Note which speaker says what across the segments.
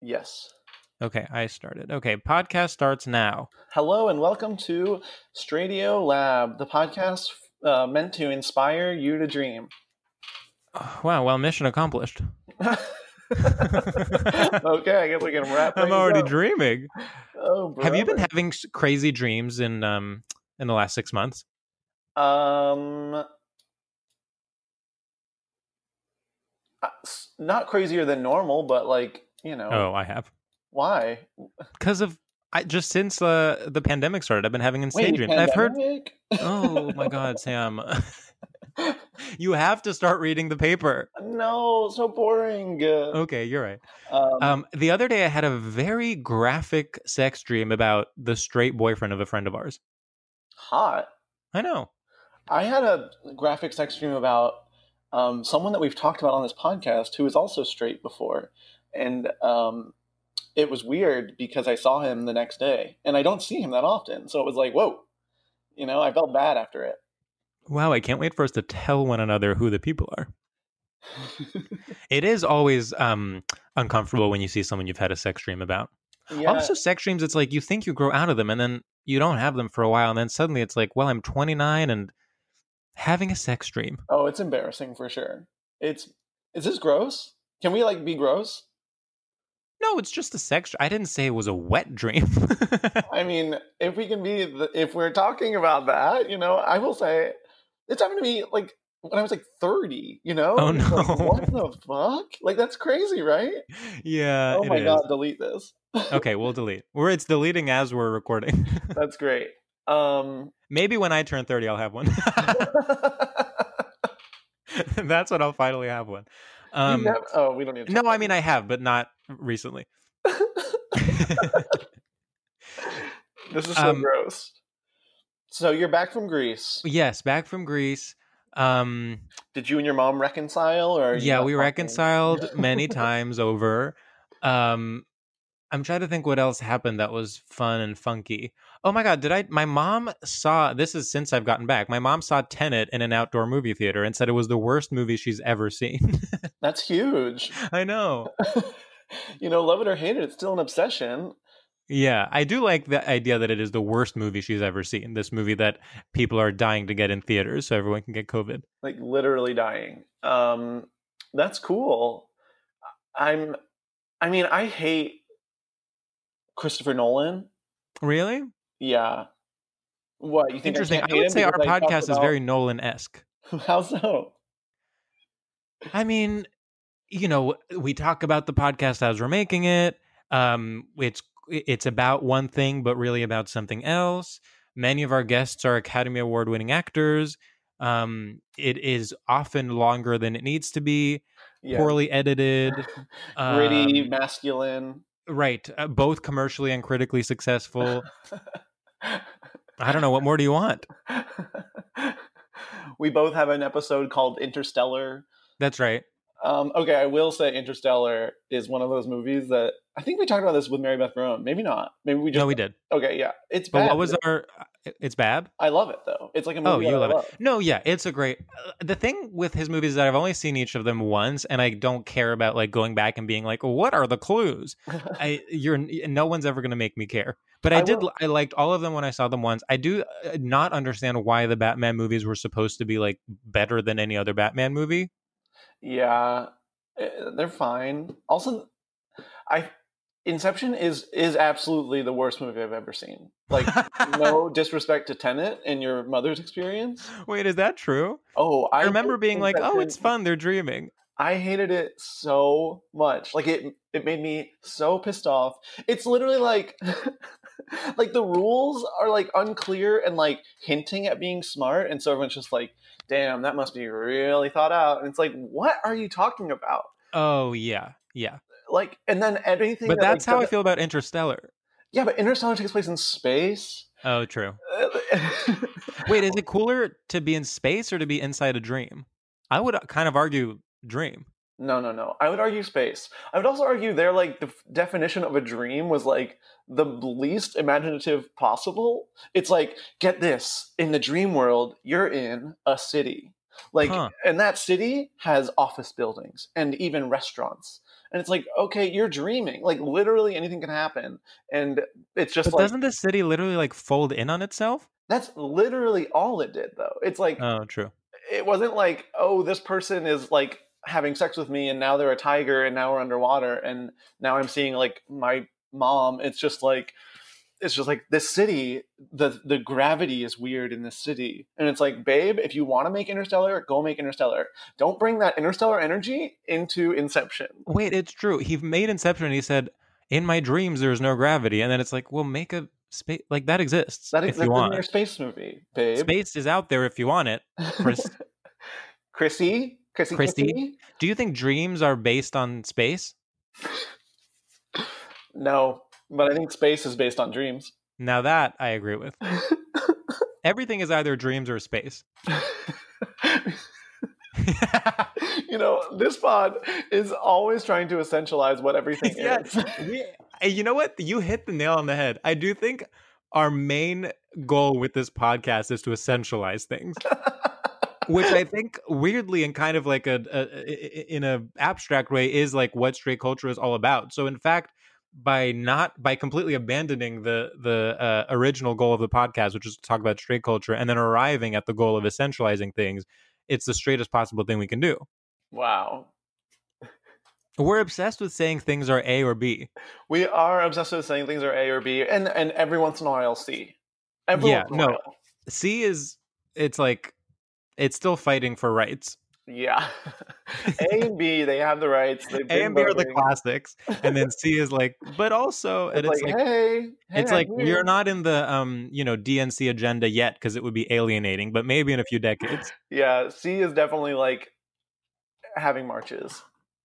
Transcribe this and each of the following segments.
Speaker 1: Yes.
Speaker 2: Okay, I started. Okay, podcast starts now.
Speaker 1: Hello and welcome to Stradio Lab, the podcast uh, meant to inspire you to dream.
Speaker 2: Oh, wow, well, mission accomplished.
Speaker 1: okay, I guess we can wrap.
Speaker 2: I'm
Speaker 1: things
Speaker 2: already
Speaker 1: up.
Speaker 2: dreaming.
Speaker 1: Oh,
Speaker 2: Have you been
Speaker 1: brother.
Speaker 2: having s- crazy dreams in um in the last 6 months?
Speaker 1: Um, uh, s- not crazier than normal, but like you know,
Speaker 2: Oh, I have.
Speaker 1: why?
Speaker 2: Cuz of I just since uh, the pandemic started, I've been having insane
Speaker 1: Wait,
Speaker 2: dreams. I've heard
Speaker 1: pandemic?
Speaker 2: Oh my god, Sam. you have to start reading the paper.
Speaker 1: no, so boring. Uh,
Speaker 2: Okay, you're right.
Speaker 1: Um,
Speaker 2: Um, the other day I had a very graphic sex dream about the straight boyfriend of a friend of ours.
Speaker 1: hot.
Speaker 2: I know.
Speaker 1: I had a graphic sex dream about um, someone that we've talked about on this podcast who is also straight before, and um, it was weird because I saw him the next day, and I don't see him that often, so it was like, whoa, you know, I felt bad after it.
Speaker 2: Wow, I can't wait for us to tell one another who the people are. it is always um, uncomfortable when you see someone you've had a sex dream about.
Speaker 1: Yeah,
Speaker 2: Also, sex dreams, it's like you think you grow out of them and then you don't have them for a while. And then suddenly it's like, well, I'm 29 and having a sex dream.
Speaker 1: oh, it's embarrassing for sure. It's is this gross? Can we like be gross?
Speaker 2: No, it's just a sex. I didn't say it was a wet dream.
Speaker 1: I mean, if we can be, the, if we're talking about that, you know, I will say it's happened to me like when I was like 30, you know?
Speaker 2: Oh,
Speaker 1: It's like,
Speaker 2: no.
Speaker 1: what the fuck? Like, that's crazy, right?
Speaker 2: yeah.
Speaker 1: oh
Speaker 2: it
Speaker 1: my
Speaker 2: is.
Speaker 1: God, delete this.
Speaker 2: Okay, we'll delete. Or it's deleting as we're recording.
Speaker 1: That's great. Um,
Speaker 2: Maybe when I turn 30, I'll have one. That's when I'll finally have one. Um,
Speaker 1: you never- oh, we don't need to
Speaker 2: No,
Speaker 1: talk
Speaker 2: I mean I have, but not recently.
Speaker 1: this is so
Speaker 2: um,
Speaker 1: gross. So you're back from Greece.
Speaker 2: yes, back from Greece. Um,
Speaker 1: Did you and your mom reconcile? Or are you
Speaker 2: yeah,
Speaker 1: not
Speaker 2: we
Speaker 1: talking?
Speaker 2: reconciled many times over. Um, I'm trying to think what else happened that was fun and funky. Oh my god, did I? My mom saw this is since I've gotten back. My mom saw Tenet in an outdoor movie theater and said it was the worst movie she's ever seen.
Speaker 1: That's huge.
Speaker 2: I know.
Speaker 1: you know, love it or hate it, it's still an obsession.
Speaker 2: Yeah, I do like the idea that it is the worst movie she's ever seen. This movie that people are dying to get in theaters so everyone can get COVID.
Speaker 1: like literally dying. Um, that's cool. I'm, I mean, I hate Christopher Nolan.
Speaker 2: Really?
Speaker 1: Yeah. What you think?
Speaker 2: Interesting. I,
Speaker 1: can't hate him
Speaker 2: would say our
Speaker 1: because I talked
Speaker 2: podcast is
Speaker 1: about-
Speaker 2: very Nolan esque.
Speaker 1: How so?
Speaker 2: I mean, you know, we talk about the podcast as we're making it. Um, it's it's about one thing, but really about something else. Many of our guests are Academy Award winning actors. Um, it is often longer than it needs to be,
Speaker 1: Yeah.
Speaker 2: poorly edited,
Speaker 1: Gritty,
Speaker 2: um,
Speaker 1: masculine.
Speaker 2: right? Uh, both commercially and critically successful. I don't know what more do you want.
Speaker 1: we both have an episode called Interstellar.
Speaker 2: That's right.
Speaker 1: Um, okay, I will say Interstellar is one of those movies that I think we talked about this with Mary Beth Rowan. Maybe not. Maybe we just
Speaker 2: No, we did.
Speaker 1: Okay, yeah, it's
Speaker 2: But
Speaker 1: bad.
Speaker 2: what was our? It's bad.
Speaker 1: I love it though. It's like a movie.
Speaker 2: Oh, you
Speaker 1: that I
Speaker 2: love it. No, yeah, it's a great. Uh, the thing with his movies is that I've only seen each of them once, and I don't care about like going back and being like, "What are the clues?" I you're no one's ever going to make me care. But I,
Speaker 1: I
Speaker 2: did.
Speaker 1: will-
Speaker 2: I liked all of them when I saw them once. I do uh, not understand why the Batman movies were supposed to be like better than any other Batman movie.
Speaker 1: Yeah, eh, they're fine. Also, I Inception is is absolutely the worst movie I've ever seen. Like, no disrespect to Tenet and your mother's experience.
Speaker 2: Wait, is that true?
Speaker 1: Oh, I,
Speaker 2: I remember
Speaker 1: hated
Speaker 2: being like, "Oh, it's
Speaker 1: Inception.
Speaker 2: fun. They're dreaming."
Speaker 1: I hated it so much. Like it it made me so pissed off. It's literally like like the rules are like unclear and like hinting at being smart and so everyone's just like, "Damn, that must be really thought out." And it's like, "What are you talking about?"
Speaker 2: Oh yeah, yeah.
Speaker 1: Like and then anything that, like,
Speaker 2: But that's how I
Speaker 1: doesn't-
Speaker 2: feel about Interstellar.
Speaker 1: Yeah, but Interstellar takes place in space.
Speaker 2: Oh, true. Wait,
Speaker 1: Oh.
Speaker 2: is it cooler to be in space or to be inside a dream? I would uh, kind of argue dream.
Speaker 1: No, no, no. I would argue space. I would also argue their like the f- definition of a dream was like the least imaginative possible. It's like get this in the dream world, you're in a city, like,
Speaker 2: Huh.
Speaker 1: and that city has office buildings and even restaurants. And it's like, okay, you're dreaming. Like literally anything can happen, and it's just
Speaker 2: But
Speaker 1: like
Speaker 2: doesn't the city literally like fold in on itself?
Speaker 1: that's literally all it did, though. It's like
Speaker 2: Oh, true.
Speaker 1: it wasn't like oh this person is like having sex with me and now they're a tiger and now we're underwater and now i'm seeing like my mom it's just like it's just like this city the the gravity is weird in this city and it's like babe if you want to make interstellar go make interstellar don't bring that interstellar energy into inception
Speaker 2: Wait, it's true. He made Inception and he said, In my dreams, there is no gravity. And then it's like, well, make a space. Like that exists
Speaker 1: that
Speaker 2: if
Speaker 1: exists
Speaker 2: you
Speaker 1: in
Speaker 2: want.
Speaker 1: your
Speaker 2: it.
Speaker 1: space movie babe
Speaker 2: Space is out there if you want it. Chris,
Speaker 1: chrissy chrissy
Speaker 2: Christy?
Speaker 1: chrissy
Speaker 2: do you think dreams are based on space?
Speaker 1: no but i think space is based on dreams
Speaker 2: Now that I agree with. Everything is either dreams or space.
Speaker 1: you know, this pod is always trying to essentialize what everything
Speaker 2: yes.
Speaker 1: is.
Speaker 2: we, and you know what? You hit the nail on the head. I do think our main goal with this podcast is to essentialize things, which I think weirdly and kind of like a, a- i- i- in a abstract way is like what straight culture is all about. So in fact, by not by completely abandoning the the uh, original goal of the podcast, which is to talk about straight culture, and then arriving at the goal of essentializing things, it's the straightest possible thing we can do.
Speaker 1: Wow.
Speaker 2: We're obsessed with saying things are A or B.
Speaker 1: We are obsessed with saying things are A or B, and and every once in a while C. Every
Speaker 2: Yeah,
Speaker 1: once in a
Speaker 2: no.
Speaker 1: while.
Speaker 2: C is it's like it's still fighting for rights.
Speaker 1: Yeah. a and B, they have the rights. They
Speaker 2: A
Speaker 1: bring
Speaker 2: and B are the
Speaker 1: voting.
Speaker 2: classics, and then C is like, but also,
Speaker 1: It's
Speaker 2: and
Speaker 1: like,
Speaker 2: it's like,
Speaker 1: hey, hey,
Speaker 2: it's
Speaker 1: I'm
Speaker 2: like we
Speaker 1: here.
Speaker 2: are not in the um you know DNC agenda yet because it would be alienating, but maybe in a few decades.
Speaker 1: Yeah, C is definitely like having marches.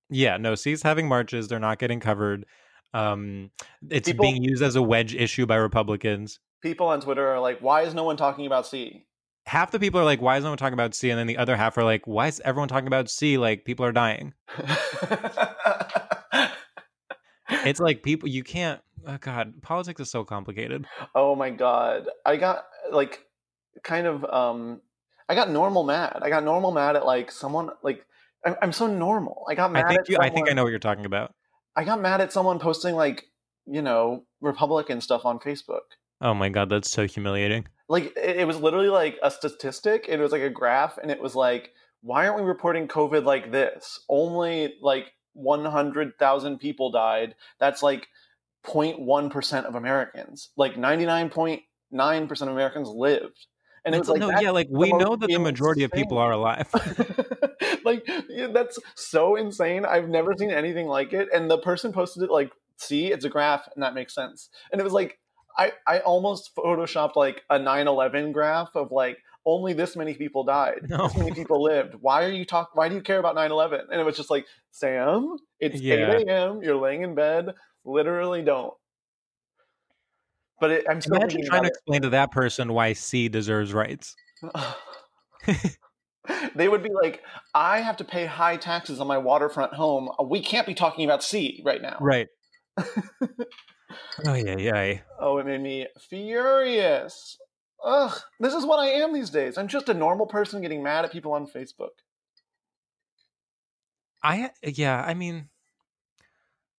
Speaker 2: Yeah, no, C's having marches; they're not getting covered. Um, it's
Speaker 1: People-
Speaker 2: being used as a wedge issue by Republicans.
Speaker 1: People on Twitter are like, why is no one talking about C?
Speaker 2: Half the people are like, "Why is no one talking about C?" And then the other half are like, "Why is everyone talking about C?" Like people are dying. It's like people you can't. Oh God, politics is so complicated.
Speaker 1: Oh my god. I got like kind of um I got normal mad. I got normal mad at like someone like I'm, I'm so normal. I got mad
Speaker 2: I think
Speaker 1: at
Speaker 2: you, I think I
Speaker 1: someone-
Speaker 2: know what you're talking about.
Speaker 1: I got mad at someone posting like, you know, Republican stuff on Facebook.
Speaker 2: Oh my god, that's so humiliating.
Speaker 1: Like it, it was literally like a statistic. It was like a graph, and it was like, why aren't we reporting COVID like this? Only like one hundred thousand people died. That's like 0.1 percent of Americans. Like ninety nine point nine percent of Americans lived. And it was like
Speaker 2: no,
Speaker 1: that
Speaker 2: yeah, like
Speaker 1: the
Speaker 2: we
Speaker 1: most
Speaker 2: know that the majority of people
Speaker 1: insane-
Speaker 2: are alive.
Speaker 1: like yeah, that's so insane. I've never seen anything like it. And the person posted it like, see, it's a graph, and that makes sense. And it was like, I I almost photoshopped like a 9/11 graph of like only this many people died,
Speaker 2: No.
Speaker 1: this many people lived. Why are you talk? Why do you care about 9/11? And it was just like, Sam, it's
Speaker 2: Yeah.
Speaker 1: 8 a.m. You're laying in bed. Literally, don't. But it, I'm still
Speaker 2: Imagine
Speaker 1: thinking
Speaker 2: trying to
Speaker 1: about
Speaker 2: explain to that person why C deserves rights.
Speaker 1: they would be like, I have to pay high taxes on my waterfront home. We can't be talking about sea right now.
Speaker 2: Right. oh yeah, yeah.
Speaker 1: Oh, it made me furious. Ugh, this is what I am these days. I'm just a normal person getting mad at people on Facebook.
Speaker 2: I uh, yeah, I mean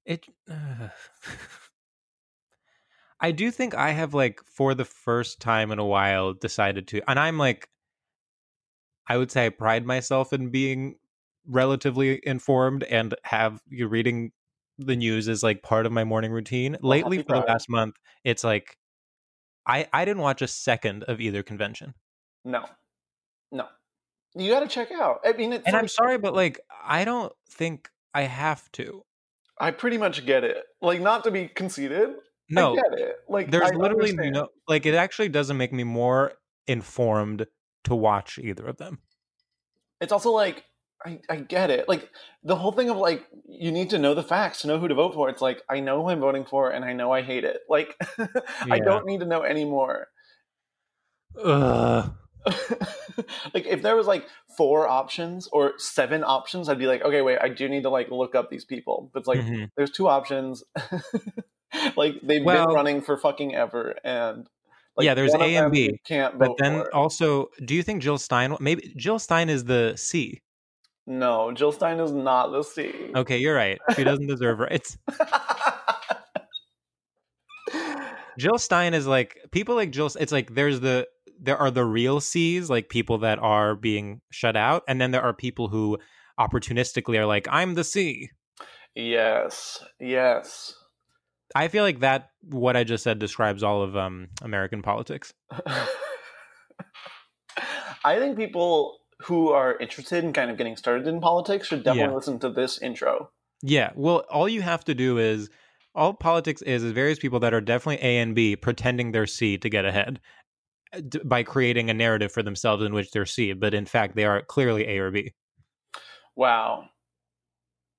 Speaker 2: it I do think I have like for the first time in a while decided to and I'm like I would say I pride myself in being relatively informed and have you reading the news is like part of my morning routine. Lately
Speaker 1: happy
Speaker 2: for the
Speaker 1: Friday.
Speaker 2: last month, it's like I I didn't watch a second of either convention.
Speaker 1: No, no. You got to check out. I mean, it's
Speaker 2: And I'm
Speaker 1: like-
Speaker 2: sorry but like I don't think I have to.
Speaker 1: I pretty much get it. Like, not to be conceited.
Speaker 2: No.
Speaker 1: I get it. Like,
Speaker 2: there's
Speaker 1: I
Speaker 2: literally
Speaker 1: understand.
Speaker 2: no like it actually doesn't make me more informed to watch either of them
Speaker 1: it's also like I, I get it. Like the whole thing of like you need to know the facts to know who to vote for. It's like I know who I'm voting for and I know I hate it. Like I
Speaker 2: Yeah.
Speaker 1: don't need to know anymore.
Speaker 2: Ugh.
Speaker 1: like if there was like four options or seven options, I'd be like, okay, wait, I do need to like look up these people. But it's like
Speaker 2: Mhm.
Speaker 1: there's two options. like they've
Speaker 2: Well-
Speaker 1: been running for fucking ever, and like,
Speaker 2: Yeah, there's
Speaker 1: one of
Speaker 2: A and
Speaker 1: them
Speaker 2: B,
Speaker 1: you Can't
Speaker 2: but
Speaker 1: vote
Speaker 2: then
Speaker 1: for.
Speaker 2: also do you think jill stein maybe jill stein is the c
Speaker 1: no, Jill Stein is not the C.
Speaker 2: okay you're right she doesn't deserve rights Oh. jill stein is like people like jill it's like there's the there are the real c's like people that are being shut out and then there are people who opportunistically are like i'm the c
Speaker 1: Yes, yes.
Speaker 2: i feel like that what i just said describes all of um american politics
Speaker 1: I think people who are interested in kind of getting started in politics should definitely
Speaker 2: Yeah.
Speaker 1: listen to this intro.
Speaker 2: Yeah. Well, all you have to do is all politics is is various people that are definitely A and B pretending they're C to get ahead uh, d- by creating a narrative for themselves in which they're C, but in fact they are clearly A or B.
Speaker 1: Wow.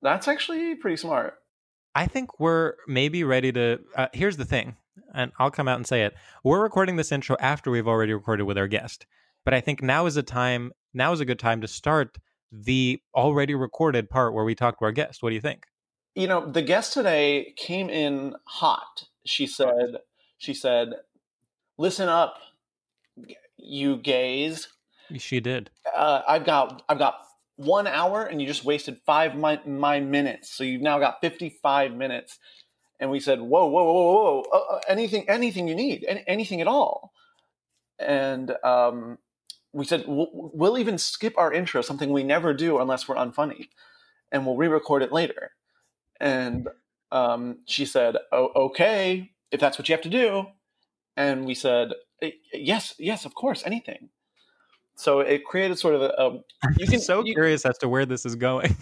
Speaker 1: That's actually pretty smart.
Speaker 2: I think we're maybe ready to. Uh, here's the thing, and I'll come out and say it. We're recording this intro after we've already recorded with our guest, but I think now is a time. Now is a good time to start the already recorded part where we talk to our guest. What do you think?
Speaker 1: You know, the guest today came in hot. She said she said, "Listen up, you gays.
Speaker 2: She did.
Speaker 1: uh, I've got I've got one hour, and you just wasted five my, my minutes. So you've now got fifty five minutes. And we said, whoa, whoa, whoa, whoa, whoa. Uh, uh, anything, anything you need, an- anything at all. And um, we said we'll, we'll even skip our intro, something we never do unless we're unfunny, and we'll re-record it later. And um, she said, oh, okay, if that's what you have to do. And we said, "Y- yes, yes, of course, anything. So it created sort of a, a you
Speaker 2: I'm
Speaker 1: can
Speaker 2: so
Speaker 1: you-
Speaker 2: curious as to where this is going.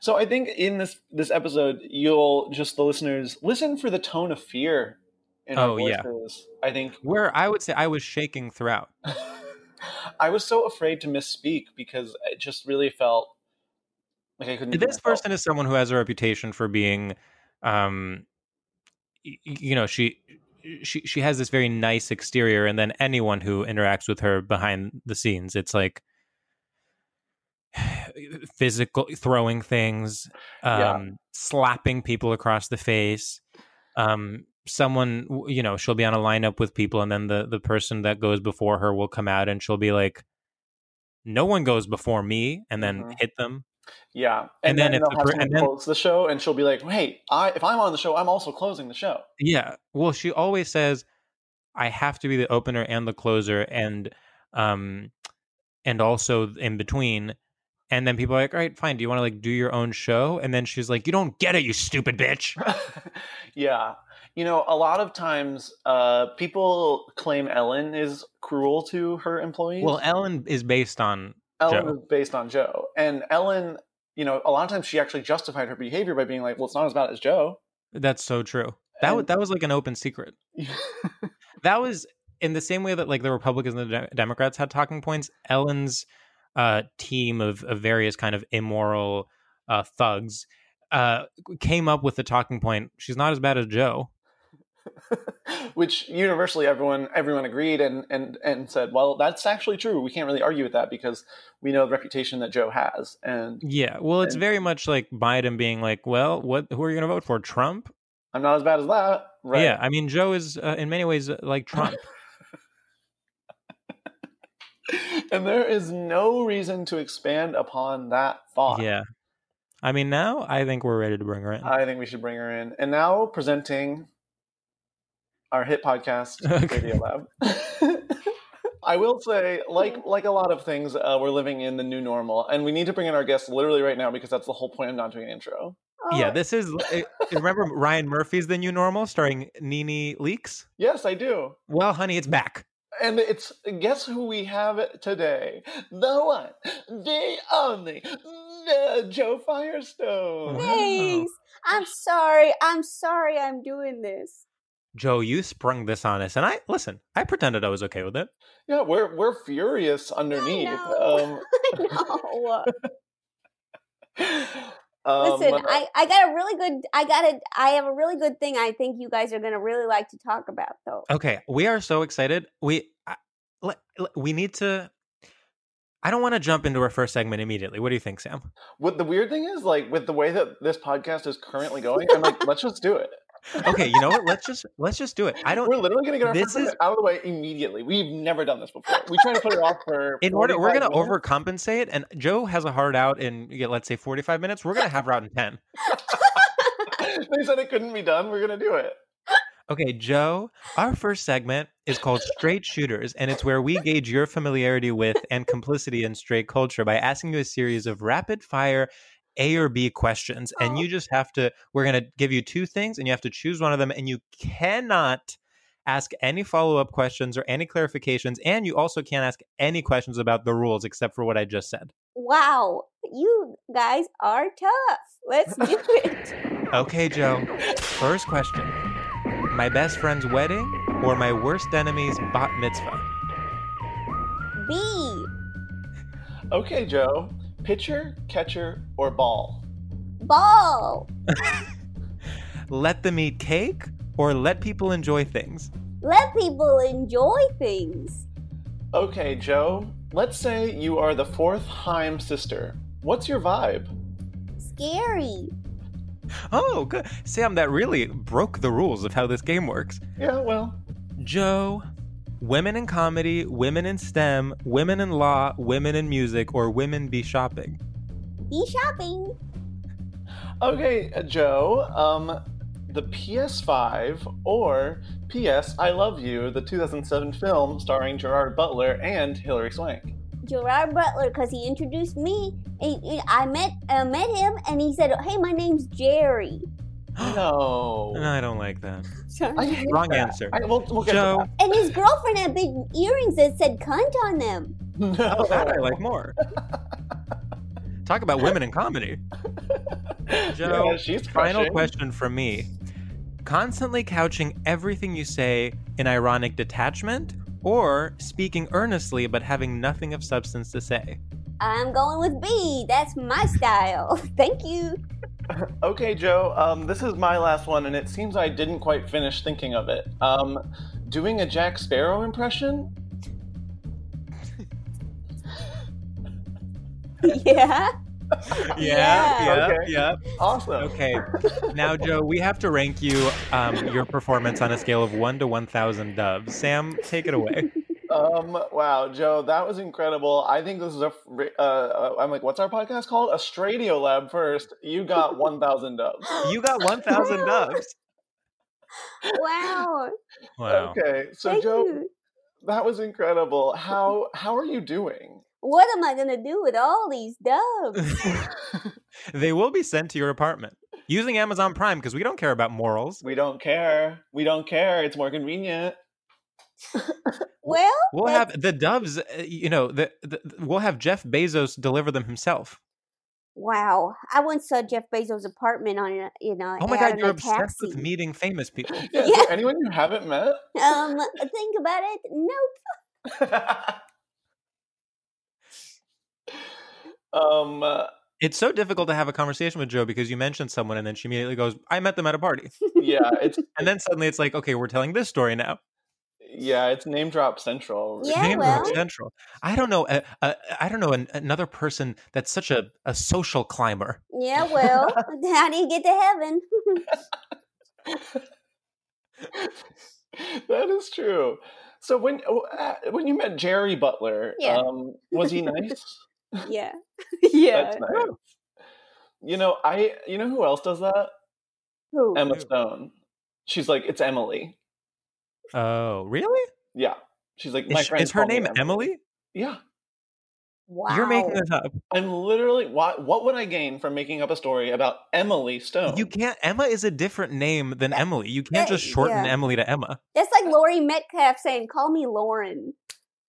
Speaker 1: so I think in this this episode, you'll just the listeners listen for the tone of fear in our
Speaker 2: Oh, yeah.
Speaker 1: voices. I think
Speaker 2: Where I would say I was shaking throughout.
Speaker 1: I was so afraid to misspeak because it just really felt like I couldn't. do
Speaker 2: This
Speaker 1: myself.
Speaker 2: person is someone who has a reputation for being, um, y- y- you know, she she she has this very nice exterior, and then anyone who interacts with her behind the scenes, it's like physical throwing things, um,
Speaker 1: Yeah.
Speaker 2: slapping people across the face. Um, someone, w- you know, she'll be on a lineup with people, and then the the person that goes before her will come out, and she'll be like. No one goes before me, and then
Speaker 1: Mhm.
Speaker 2: hit them.
Speaker 1: Yeah,
Speaker 2: And
Speaker 1: and,
Speaker 2: then
Speaker 1: then,
Speaker 2: if
Speaker 1: they'll
Speaker 2: the
Speaker 1: have
Speaker 2: per-
Speaker 1: someone
Speaker 2: and then-
Speaker 1: close the show, and she'll be like, "Wait, I if I'm on the show, I'm also closing the show."
Speaker 2: Yeah. Well, she always says, "I have to be the opener and the closer, and um, and also in between." And then people are like, "All right, fine. Do you want to like do your own show?" And then she's like, "You don't get it, you stupid bitch."
Speaker 1: yeah, you know, a lot of times uh, people claim Ellen is cruel to her employees.
Speaker 2: well, Ellen is based on
Speaker 1: Ellen
Speaker 2: Joe.
Speaker 1: was based on Joe, and Ellen, you know, a lot of times she actually justified her behavior by being like, "Well, it's not as bad as Joe."
Speaker 2: That's so true. That was
Speaker 1: And-
Speaker 2: that was like an open secret. That was in the same way that like the Republicans and the Dem- Democrats had talking points. Ellen's uh, team of, of various kind of immoral uh, thugs uh, came up with the talking point. She's not as bad as Joe.
Speaker 1: Which universally everyone everyone agreed and and and said, "Well, that's actually true. We can't really argue with that because we know the reputation that Joe has." And
Speaker 2: Yeah. Well, it's
Speaker 1: And-
Speaker 2: very much like Biden being like, "Well, what? Who are you going to vote for? Trump?"
Speaker 1: I'm not as bad as that, right?
Speaker 2: Yeah. I mean, Joe is uh, in many ways uh, like Trump.
Speaker 1: and there is no reason to expand upon that thought.
Speaker 2: yeah. I mean, now I think we're ready to bring her in.
Speaker 1: I think we should bring her in. And now presenting our hit podcast,
Speaker 2: Okay.
Speaker 1: Radio Lab. I will say, like like a lot of things, uh, we're living in the new normal, and we need to bring in our guests literally right now because that's the whole point of not doing an intro.
Speaker 3: Oh.
Speaker 1: Oh.
Speaker 2: yeah. This is uh, remember Ryan Murphy's The New Normal, starring Nene Leaks.
Speaker 1: Yes, I do.
Speaker 2: Well, honey, it's back.
Speaker 1: And it's guess who we have today? The one, the only, the Joe Firestone.
Speaker 2: Wow.
Speaker 3: Thanks. I'm sorry. I'm sorry I'm doing this.
Speaker 2: Joe, you sprung this on us, and I listen. I pretended I was okay with it.
Speaker 1: Yeah, we're we're furious underneath.
Speaker 3: know. I know.
Speaker 1: Um, um,
Speaker 3: Listen, I, I got a really good I got a I have a really good thing I think you guys are gonna really like to talk about though.
Speaker 2: Okay, we are so excited. We I, le- le- we need to. I don't want to jump into our first segment immediately. What do you think, Sam?
Speaker 1: What the weird thing is, like with the way that this podcast is currently going, I'm like, let's just do it.
Speaker 2: Okay, you know what? Let's just let's just do it. I
Speaker 1: We're
Speaker 2: don't.
Speaker 1: literally gonna get our
Speaker 2: this
Speaker 1: first segment
Speaker 2: is-
Speaker 1: out of the way immediately. We've never done this before. We try to put it off for
Speaker 2: In order, we're
Speaker 1: 45
Speaker 2: gonna
Speaker 1: minutes.
Speaker 2: overcompensate, and Joe has a hard out in yeah, let's say forty-five minutes. We're gonna have her out in ten.
Speaker 1: they said it couldn't be done. We're gonna do it.
Speaker 2: Okay, Joe, our first segment is called Straight Shooters, and it's where we gauge your familiarity with and complicity in straight culture by asking you a series of rapid fire A or B questions. And you just have to, we're going to give you two things, and you have to choose one of them, and you cannot ask any follow up questions or any clarifications. And you also can't ask any questions about the rules except for what I just said.
Speaker 3: Wow, you guys are tough. Let's do it.
Speaker 2: Okay, Joe, first question My best friend's wedding or my worst enemy's bat mitzvah?
Speaker 3: B
Speaker 1: Okay, Joe. Pitcher, catcher, or ball?
Speaker 3: ball.
Speaker 2: let them eat cake or let people enjoy things.
Speaker 3: Let people enjoy things.
Speaker 1: Okay, Joe. Let's say you are the fourth Heim sister. What's your vibe?
Speaker 3: Scary.
Speaker 2: Oh, good. Sam, that really broke the rules of how this game works.
Speaker 1: Yeah, well,
Speaker 2: Joe, women in comedy, women in STEM, women in law, women in music, or women be shopping.
Speaker 3: Be shopping.
Speaker 1: Okay, uh, Joe. Um, the PS5 or PS I Love You, the 2007 film starring Gerard Butler and Hilary Swank.
Speaker 3: Gerard Butler because he introduced me. And, and I met uh, met him, and he said, "Hey, my name's Jerry."
Speaker 1: No.
Speaker 2: No, I don't like that.
Speaker 1: I
Speaker 3: Sorry.
Speaker 1: hate
Speaker 2: Wrong
Speaker 1: that.
Speaker 2: answer.
Speaker 1: I, we'll, we'll get
Speaker 2: Joe,
Speaker 1: to
Speaker 3: And his girlfriend had big earrings that said "cunt" on them.
Speaker 1: that.
Speaker 2: oh, that I
Speaker 1: No.
Speaker 2: like more. Talk about women in comedy. Joe,
Speaker 1: Yeah, she's
Speaker 2: Final
Speaker 1: crushing.
Speaker 2: question from me. Constantly couching everything you say in ironic detachment or speaking earnestly but having nothing of substance to say?
Speaker 3: I'm going with B. That's my style. Thank you.
Speaker 1: Okay, Joe. Um, this is my last one, and it seems I didn't quite finish thinking of it. Um, doing a Jack Sparrow impression?
Speaker 3: yeah. Yeah.
Speaker 1: Okay.
Speaker 2: yeah.
Speaker 1: Awesome.
Speaker 2: Okay. Now, Joe, we have to rank you um, your performance on a scale of one to 1,000 doves. Sam, take it away.
Speaker 1: Um, wow, Joe, that was incredible. I think this is a. fr- Uh, uh, I'm like, what's our podcast called? A Stradio Lab. First, you got one thousand dubs.
Speaker 2: You got 1,000 dubs.
Speaker 3: Wow.
Speaker 2: Wow.
Speaker 1: Okay, so
Speaker 3: Thank
Speaker 1: Joe,
Speaker 3: you.
Speaker 1: that was incredible. How how are you doing?
Speaker 3: What am I gonna do with all these dubs?
Speaker 2: they will be sent to your apartment using Amazon Prime because we don't care about morals.
Speaker 1: We don't care. We don't care. It's more convenient.
Speaker 3: Well,
Speaker 2: We'll
Speaker 3: that's-
Speaker 2: have the doves, uh, you know, the, the, we'll have Jeff Bezos deliver them himself.
Speaker 3: wow. I once saw Jeff Bezos' apartment on a, you know.
Speaker 2: Oh my
Speaker 3: out
Speaker 2: God,
Speaker 3: in
Speaker 2: you're
Speaker 3: a
Speaker 2: obsessed with
Speaker 3: taxi.
Speaker 2: meeting famous people.
Speaker 1: Yeah, is there
Speaker 3: Yeah.
Speaker 1: anyone you haven't met?
Speaker 3: Um, think about it. Nope.
Speaker 1: um, uh,
Speaker 2: It's so difficult to have a conversation with Joe because you mentioned someone and then she immediately goes, I met them at a party.
Speaker 1: yeah, it's
Speaker 2: And then suddenly it's like, okay, we're telling this story now.
Speaker 1: yeah, it's name drop central.
Speaker 3: Yeah,
Speaker 2: Name drop
Speaker 3: well.
Speaker 2: Central. I don't know. Uh, uh, I don't know an, another person that's such a, a social climber.
Speaker 3: Yeah, well, how do you get to heaven?
Speaker 1: that is true. So when oh, uh, when you met Jerry Butler,
Speaker 3: Yeah.
Speaker 1: um, was he nice?
Speaker 3: yeah. yeah.
Speaker 1: That's nice. You know, I you know who else does that?
Speaker 3: Who?
Speaker 1: Emma
Speaker 2: Who?
Speaker 1: Stone. She's like, it's Emily.
Speaker 2: Oh, really?
Speaker 1: Yeah. She's like, my
Speaker 2: Is,
Speaker 1: friend.
Speaker 2: is her name Emily?
Speaker 1: Yeah.
Speaker 3: wow.
Speaker 2: You're making this up.
Speaker 1: I'm literally. What What would I gain from making up a story about Emily Stone?
Speaker 2: You can't. Emma is a different name than Emily. You can't just
Speaker 3: Hey,
Speaker 2: shorten
Speaker 3: yeah.
Speaker 2: Emily to Emma.
Speaker 3: That's like Lori Metcalf saying, "Call me Lauren."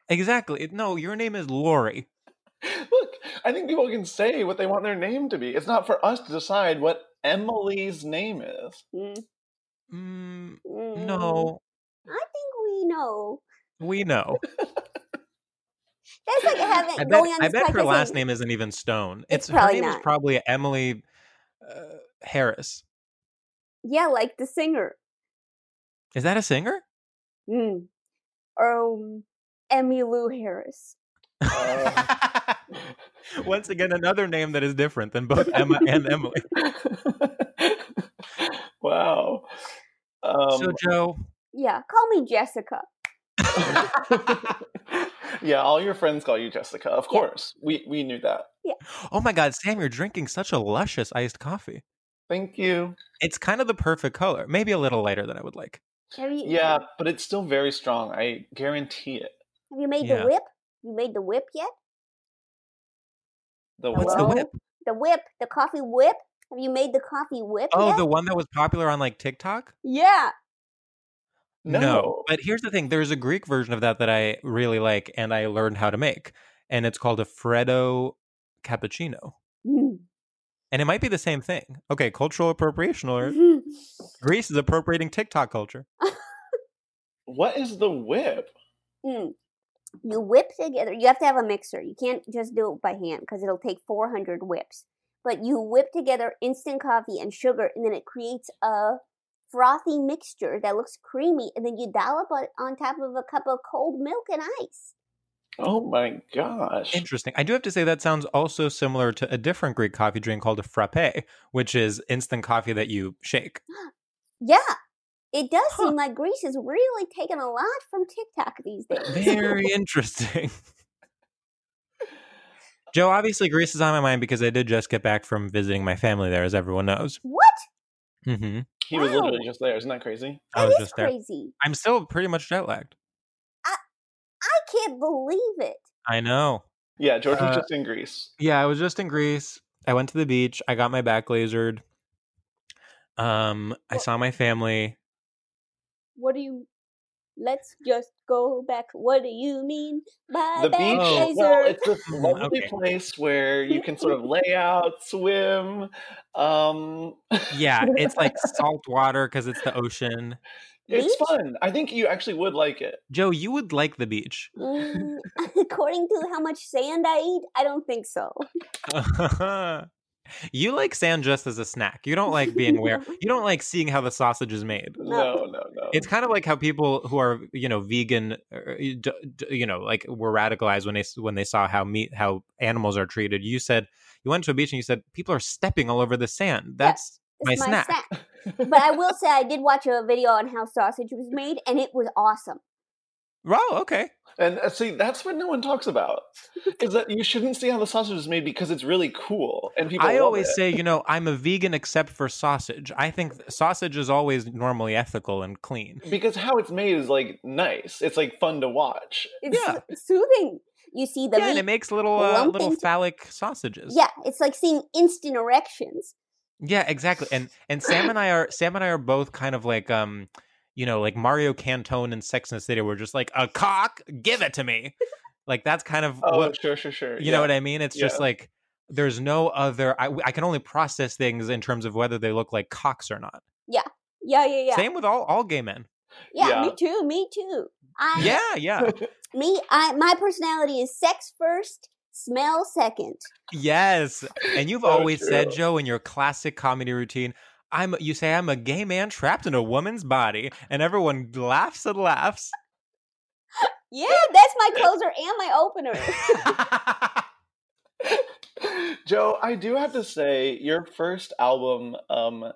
Speaker 2: Exactly. It- No, your name is Lori.
Speaker 1: Look, I think people can say what they want their name to be. It's not for us to decide what Emily's name is.
Speaker 3: Mm,
Speaker 2: Mm,
Speaker 3: mm.
Speaker 2: no,
Speaker 3: I think we know.
Speaker 2: we know.
Speaker 3: That's like having
Speaker 2: I bet,
Speaker 3: going on
Speaker 2: I
Speaker 3: this
Speaker 2: bet her
Speaker 3: podcast
Speaker 2: last
Speaker 3: saying-
Speaker 2: name isn't even Stone. It's,
Speaker 3: It's
Speaker 2: her
Speaker 3: probably
Speaker 2: name is
Speaker 3: not.
Speaker 2: probably Emily uh, Harris.
Speaker 3: Yeah, like the singer.
Speaker 2: Is that a singer?
Speaker 3: Mm. Um, Emmy Lou Harris.
Speaker 2: Once again, another name that is different than both Emma and Emily.
Speaker 1: wow. Um,
Speaker 2: so, Joe,
Speaker 3: Yeah, call me Jessica.
Speaker 1: yeah, all your friends call you Jessica. Of course, we we knew that.
Speaker 2: oh my God, Sam, you're drinking such a luscious iced coffee.
Speaker 1: Thank you.
Speaker 2: It's kind of the perfect color, maybe a little lighter than I would like.
Speaker 3: Have you?
Speaker 1: Yeah, but it's still very strong. I guarantee it.
Speaker 3: Have you made
Speaker 2: Yeah.
Speaker 3: the whip? You made the whip yet?
Speaker 1: The
Speaker 2: Oh, What's the
Speaker 3: Hello?
Speaker 2: whip?
Speaker 3: The whip, the coffee whip. Have you made the coffee whip?
Speaker 2: Oh,
Speaker 3: yet?
Speaker 2: the one that was popular on like TikTok?
Speaker 3: yeah.
Speaker 1: no.
Speaker 2: But here's the thing there's a Greek version of that that I really like and I learned how to make. And it's called a Freddo cappuccino.
Speaker 3: Mm.
Speaker 2: And it might be the same thing. Okay, cultural appropriation alert. Greece is appropriating TikTok culture.
Speaker 1: What is the whip?
Speaker 3: Mm. You whip together. You have to have a mixer. You can't just do it by hand because it'll take 400 whips. But you whip together instant coffee and sugar, and then it creates a frothy mixture that looks creamy. And then you dollop it on top of a cup of cold milk and ice.
Speaker 1: Oh my gosh.
Speaker 2: Interesting. I do have to say that sounds also similar to a different Greek coffee drink called a frappe, which is instant coffee that you shake.
Speaker 3: Yeah, it does seem like Greece is really taking a lot from TikTok these days.
Speaker 2: Very interesting. Joe, obviously Greece is on my mind because I did just get back from visiting my family there, as everyone knows.
Speaker 3: What?
Speaker 2: Mm-hmm.
Speaker 1: He was literally
Speaker 3: Wow.
Speaker 1: just there. Isn't that crazy?
Speaker 2: I
Speaker 3: That
Speaker 2: was
Speaker 3: is
Speaker 2: just there.
Speaker 3: crazy.
Speaker 2: I'm still pretty much jet lagged.
Speaker 3: I can't believe it.
Speaker 2: I know.
Speaker 1: Yeah, George was
Speaker 2: Uh,
Speaker 1: just in Greece.
Speaker 2: Yeah, I was just in Greece. I went to the beach. I got my back lasered. Um, I
Speaker 3: Well-
Speaker 2: saw my family.
Speaker 3: What do you? Let's just go back. What do you mean by
Speaker 1: The
Speaker 3: back
Speaker 1: beach.
Speaker 2: Oh.
Speaker 1: Well,
Speaker 3: laser?
Speaker 1: it's this
Speaker 2: Mm,
Speaker 1: lovely
Speaker 2: okay.
Speaker 1: place where you can sort of lay out, swim. Um,
Speaker 2: Yeah, it's like salt water because it's the ocean.
Speaker 1: it's
Speaker 3: Beach?
Speaker 1: fun. I think you actually would like it.
Speaker 2: Joe, you would like the beach.
Speaker 3: Mm, according to how much sand I eat, I don't think so. Mm.
Speaker 2: you like sand just as a snack. You don't like being aware. You don't like seeing how the sausage is made.
Speaker 1: No,
Speaker 3: No.
Speaker 1: no, no.
Speaker 2: It's kind of like how people who are, you know, vegan, er, you d- d- you know, like were radicalized when they s- when they saw how meat how animals are treated. You said you went to a beach and you said people are stepping all over the sand. That's my,
Speaker 3: It's
Speaker 2: snack.
Speaker 3: But I will say I did watch a video on how sausage was made, and it was awesome.
Speaker 2: Wow. Oh, Okay.
Speaker 1: And uh, see, that's what no one talks about is that you shouldn't see how the sausage is made because it's really cool and people.
Speaker 2: I
Speaker 1: love
Speaker 2: always
Speaker 1: it.
Speaker 2: say, you know, I'm a vegan except for sausage. I think sausage is always normally ethical and clean.
Speaker 1: because how it's made is like nice. It's like fun to watch.
Speaker 3: It's
Speaker 2: Yeah.
Speaker 3: soothing. You see the
Speaker 2: yeah, and
Speaker 3: meat.
Speaker 2: it makes little uh,
Speaker 3: lump
Speaker 2: little
Speaker 3: into-
Speaker 2: phallic sausages.
Speaker 3: yeah, it's like seeing instant erections.
Speaker 2: Yeah, exactly. And and Sam and I are Sam and I are both kind of like um, you know, like Mario Cantone and Sex and the City. We're just like a cock, give it to me. Like that's kind of
Speaker 1: Oh,
Speaker 2: what
Speaker 1: sure, sure, sure.
Speaker 2: you know what I mean. It's just
Speaker 1: Yeah.
Speaker 2: like there's no other. I I can only process things in terms of whether they look like cocks or not.
Speaker 3: Yeah, yeah, yeah.
Speaker 2: Same with all all gay men.
Speaker 3: yeah,
Speaker 1: Yeah.
Speaker 3: me too. Me too. I,
Speaker 2: Yeah, yeah,
Speaker 3: Me, I, my personality is sex first, smell second.
Speaker 2: yes. And you've
Speaker 1: So
Speaker 2: always said,
Speaker 1: true.
Speaker 2: Joe, in your classic comedy routine. I'm you say I'm a gay man trapped in a woman's body and everyone laughs and laughs.
Speaker 3: Yeah, that's my closer and my opener.
Speaker 1: Joe, I do have to say your first album, um,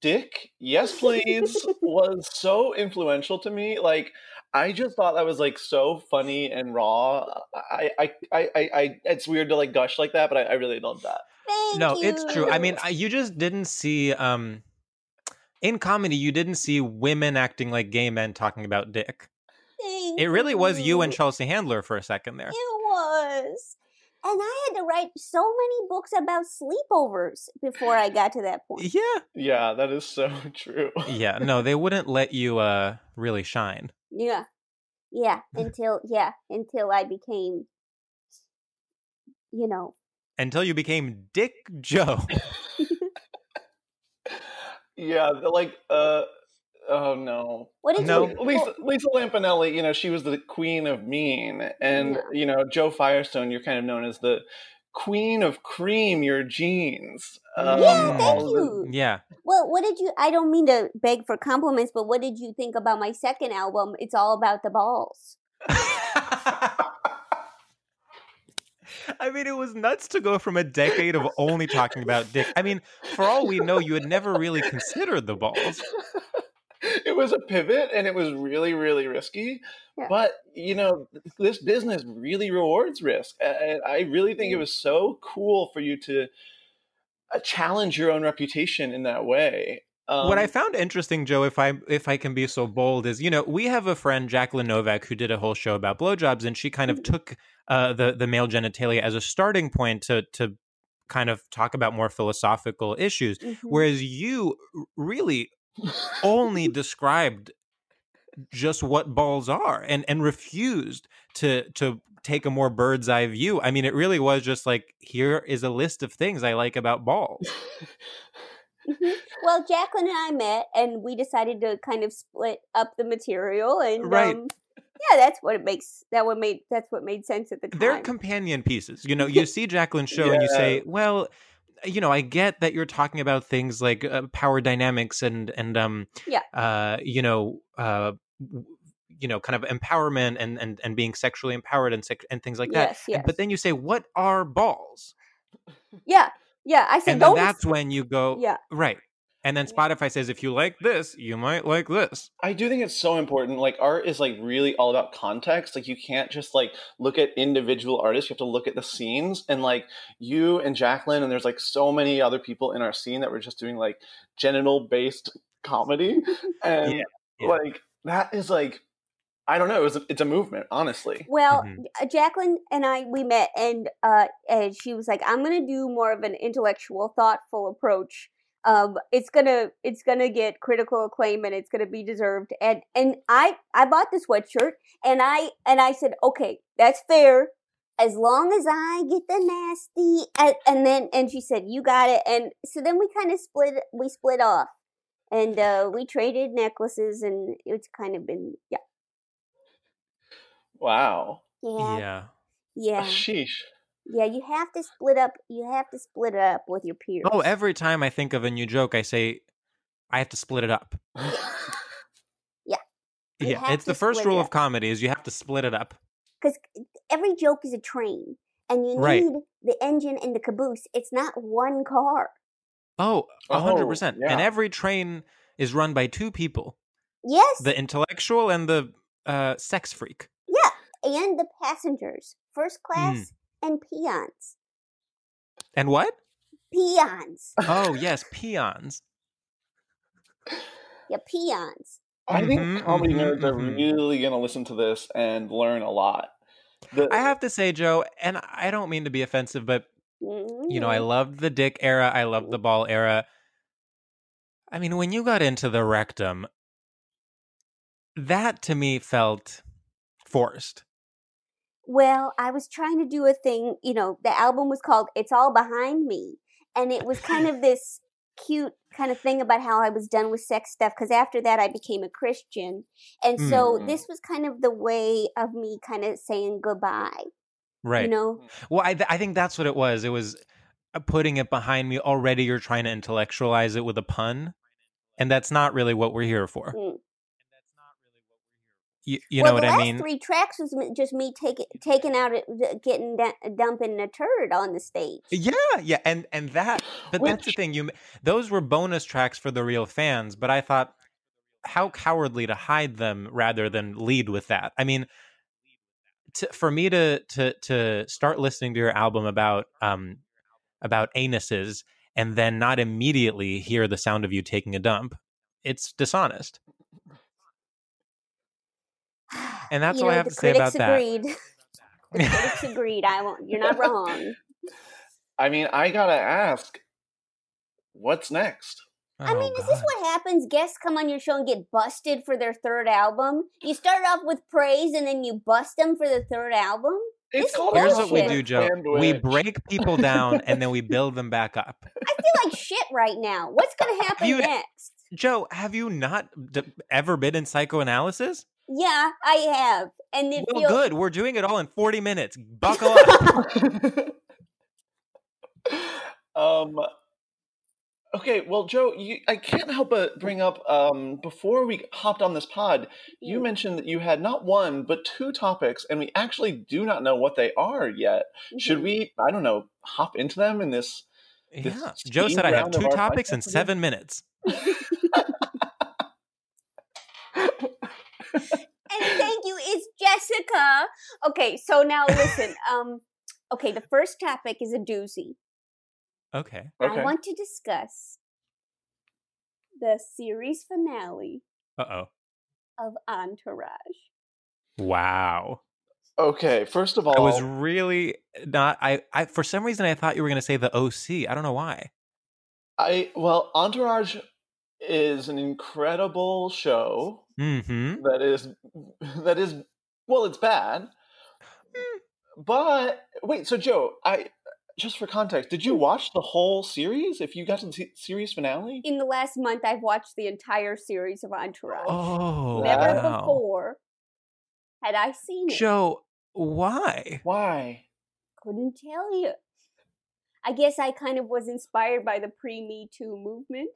Speaker 1: Dick, Yes Please, was so influential to me. Like, I just thought that was like so funny and raw. I, I, I, I, I it's weird to like gush like that, but I, I really love that.
Speaker 3: Thank
Speaker 2: no it's true i
Speaker 3: you.
Speaker 2: mean I- you just didn't see um in comedy you didn't see women acting like gay men talking about dick
Speaker 3: Thank
Speaker 2: it really was you and
Speaker 3: you.
Speaker 2: chelsea handler for a second there
Speaker 3: It was. And I had to write so many books about sleepovers before I got to that point.
Speaker 2: yeah
Speaker 1: Yeah, that is so true.
Speaker 2: yeah no they wouldn't let you uh really shine
Speaker 3: Yeah. Yeah, until yeah, until I became you know,
Speaker 2: until you became dick joe
Speaker 1: Yeah, the, like, uh, oh no.
Speaker 3: what did
Speaker 2: No.
Speaker 3: you
Speaker 1: Lisa, Lisa Lampanelli, you know, she was the queen of mean. And,
Speaker 3: Yeah.
Speaker 1: you know, Joe Firestone, you're kind of known as the queen of cream your jeans. Um,
Speaker 3: Yeah,
Speaker 2: Mm.
Speaker 3: thank
Speaker 1: all the-
Speaker 3: you.
Speaker 2: yeah
Speaker 3: Well, what did you I don't mean to beg for compliments, but what did you think about my second album? It's all about the balls.
Speaker 2: I mean, it was nuts to go from a decade of only talking about dick. I mean, for all we know, you had never really considered the balls.
Speaker 1: it was a pivot and it was really really risky
Speaker 3: Yeah.
Speaker 1: but you know th- this business really rewards risk and i really think it
Speaker 3: Mm.
Speaker 1: was so cool for you to uh, challenge your own reputation in that way um,
Speaker 2: what I found interesting, Joe, if I if I can be so bold, is you know we have a friend Jacqueline Novak who did a whole show about blowjobs, and she kind of took uh, the the male genitalia as a starting point to to kind of talk about more philosophical issues.
Speaker 3: Mhm.
Speaker 4: Mm.
Speaker 2: Whereas you r- really only described just what balls are, and and refused to to take a more bird's eye view. I mean, it really was just like here is a list of things I like about balls.
Speaker 3: Mhm. well, Jacqueline and I met, and we decided to kind of split up the material, and
Speaker 2: Right.
Speaker 3: um, yeah, that's what it makes. That what made that's what made sense at the time.
Speaker 2: they're companion pieces. You know, you see Jacqueline's show and you say, "Well, you know, I get that you're talking about things like uh, power dynamics and and um,
Speaker 3: Yeah.
Speaker 2: uh, you know, uh, w- you know, kind of empowerment and and and being sexually empowered and sex- and things like that."
Speaker 3: yes, yes,
Speaker 2: And- But then you say, "What are balls?"
Speaker 3: yeah, yeah. I said,
Speaker 2: And then
Speaker 3: don't.
Speaker 2: that's when you go,
Speaker 3: yeah,
Speaker 2: right. And then Spotify says, "If you like this, you might like this."
Speaker 1: I do think it's so important. Like art is like really all about context. Like you can't just like look at individual artists. You have to look at the scenes and like you and Jacqueline and there's like so many other people in our scene that were just doing like genital based comedy and
Speaker 2: Yeah, yeah.
Speaker 1: like that is like I don't know. It was it's a movement, honestly.
Speaker 3: Well,
Speaker 2: Mhm.
Speaker 3: uh Jacqueline and I we met, and uh, and she was like, "I'm gonna do more of an intellectual, thoughtful approach. Um, it's gonna it's gonna get critical acclaim, and it's gonna be deserved." And and I I bought the sweatshirt, and I and I said, "Okay, that's fair." As long as I get the nasty, and, and then and she said, "You got it." And so then we kind of split. We split off, and uh, we traded necklaces, and it's kind of been yeah,
Speaker 1: Wow.
Speaker 3: yeah,
Speaker 2: yeah.
Speaker 3: yeah.
Speaker 1: Sheesh.
Speaker 3: Yeah, you have to split up. You have to split it up with your peers.
Speaker 2: Oh, every time I think of a new joke, I say, "I have to split it up."
Speaker 3: You
Speaker 2: yeah,
Speaker 3: have
Speaker 2: it's
Speaker 3: to
Speaker 2: the first
Speaker 3: split
Speaker 2: rule
Speaker 3: it
Speaker 2: of
Speaker 3: up.
Speaker 2: comedy is you have to split it up.
Speaker 3: because every joke is a train, and you
Speaker 2: Right.
Speaker 3: need the engine and the caboose. It's not one car.
Speaker 2: Oh, a hundred
Speaker 1: Oh,
Speaker 2: percent.
Speaker 1: yeah.
Speaker 2: And every train is run by two people:
Speaker 3: Yes,
Speaker 2: the intellectual and the uh, sex freak. Mm.
Speaker 3: Yeah, and the passengers, first class and peons.
Speaker 2: And what?
Speaker 3: Peons.
Speaker 2: Oh yes, peons.
Speaker 3: Yeah, peons.
Speaker 1: I think
Speaker 2: Mhm,
Speaker 1: comedy
Speaker 2: mhm,
Speaker 1: nerds are
Speaker 2: mhm.
Speaker 1: really going to listen to this and learn a lot. The-
Speaker 2: I have to say, Joe, and I don't mean to be offensive, but you know, I
Speaker 3: Mhm.
Speaker 2: loved the dick era. I loved the ball era. I mean, when you got into the rectum, that to me felt forced.
Speaker 3: Well, I was trying to do a thing, you know, the album was called It's All Behind Me. And it was kind of this cute kind of thing about how I was done with sex stuff because after that I became a Christian. And so
Speaker 2: Hmm.
Speaker 1: Mm.
Speaker 3: this was kind of the way of me kind of saying goodbye.
Speaker 2: Right.
Speaker 3: You know,
Speaker 2: Well, I, th- I think that's what it was. It was uh, putting it behind me. Already, you're trying to intellectualize it with a pun, and that's not really what we're here for.
Speaker 3: Mm.
Speaker 2: You, you
Speaker 3: well,
Speaker 2: know what
Speaker 3: the
Speaker 2: I
Speaker 3: last
Speaker 2: mean?
Speaker 3: three tracks was me- just me taking taking out, it, getting da- dumping a turd on the stage.
Speaker 2: Yeah, yeah, and and that, but that's the
Speaker 1: Which-
Speaker 2: thing. You m- those were bonus tracks for the real fans, but I thought how cowardly to hide them rather than lead with that. I mean, to, for me to to to start listening to your album about um about anuses and then not immediately hear the sound of you taking a dump, it's dishonest, and that's
Speaker 3: you
Speaker 2: all
Speaker 3: know,
Speaker 2: I have
Speaker 3: the
Speaker 2: to say about
Speaker 3: critics
Speaker 2: that.
Speaker 3: agreed. the critics agreed. I won't. You're not wrong.
Speaker 1: I mean, I got to ask, what's next?
Speaker 3: I mean,
Speaker 2: Oh,
Speaker 3: is this
Speaker 2: God.
Speaker 3: what happens? Guests come on your show and get busted for their third album. You start off with praise and then you bust them for the third album. This is
Speaker 2: Here's
Speaker 3: bullshit.
Speaker 2: what we do, Joe. We
Speaker 1: Sandwich.
Speaker 2: break people down and then we build them back up.
Speaker 3: I feel like shit right now. What's going to happen
Speaker 2: You-
Speaker 3: next?
Speaker 2: Joe, have you not d- ever been in psychoanalysis?
Speaker 3: Yeah, I have, and it
Speaker 2: Well,
Speaker 3: feels
Speaker 2: good. We're doing it all in 40 minutes. Buckle up.
Speaker 1: um, okay, well, Joe, you, I can't help but bring up um, before we hopped on this pod,
Speaker 2: Mm.
Speaker 1: you mentioned that you had not one but two topics, and we actually do not know what they are yet. Should
Speaker 2: Mm-hmm.
Speaker 3: Mhm.
Speaker 1: we? I don't know. Hop into them in this. This
Speaker 2: yeah. Joe said I have
Speaker 1: round of
Speaker 2: two
Speaker 1: our
Speaker 2: topics
Speaker 1: podcast
Speaker 2: in
Speaker 1: today?
Speaker 2: seven minutes.
Speaker 3: And thank you, it's Jessica. Okay, so now listen. um, okay, the first topic is a doozy.
Speaker 2: Okay.
Speaker 1: Okay.
Speaker 3: I want to discuss the series finale
Speaker 2: Uh
Speaker 3: of Entourage.
Speaker 2: oh. Wow.
Speaker 1: okay. First of all,
Speaker 2: I was really not. I, I for some reason I thought you were going to say the OC. I don't know why.
Speaker 1: I well, Entourage is an incredible show
Speaker 2: Mm-hmm.
Speaker 1: that is that is well, it's bad.
Speaker 2: Mm.
Speaker 1: But wait, so Joe, I just for context, did you
Speaker 2: Mm.
Speaker 1: watch the whole series? If you got to the se- series finale,
Speaker 3: In the last month, I've watched the entire series of Entourage.
Speaker 2: Oh,
Speaker 3: Never
Speaker 2: wow.
Speaker 3: before had I seen it.
Speaker 2: Joe, why?
Speaker 1: why?
Speaker 3: Couldn't tell you. I guess I kind of was inspired by the pre Me Too movement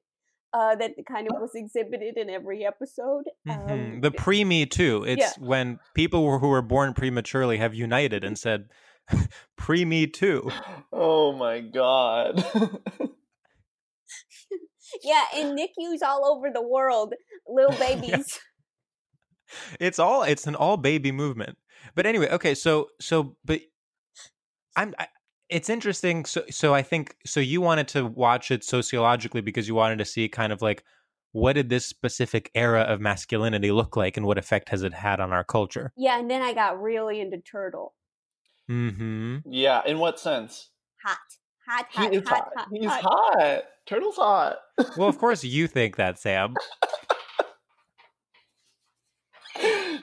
Speaker 3: uh, that kind of was exhibited in every episode.
Speaker 2: Mhm.
Speaker 3: Um,
Speaker 2: Oh. the pre me too. It's when people were- who were born prematurely have united and said pre me too.
Speaker 1: Oh my god.
Speaker 3: yeah, and NICUs all over the world, little babies.
Speaker 2: It's all it's an all baby movement. But anyway, okay, so so but I'm I, it's interesting so so I think so you wanted to watch it sociologically because you wanted to see kind of like what did this specific era of masculinity look like and what effect has it had on our culture?
Speaker 3: yeah, and then I got really into Turtle.
Speaker 2: Mhm.
Speaker 1: yeah, in what sense?
Speaker 3: Hot, hot,
Speaker 1: He
Speaker 3: hot,
Speaker 1: is hot.
Speaker 3: hot, hot,
Speaker 1: He's
Speaker 3: hot.
Speaker 1: hot. Turtle's hot.
Speaker 2: Well, of course you think that, Sam.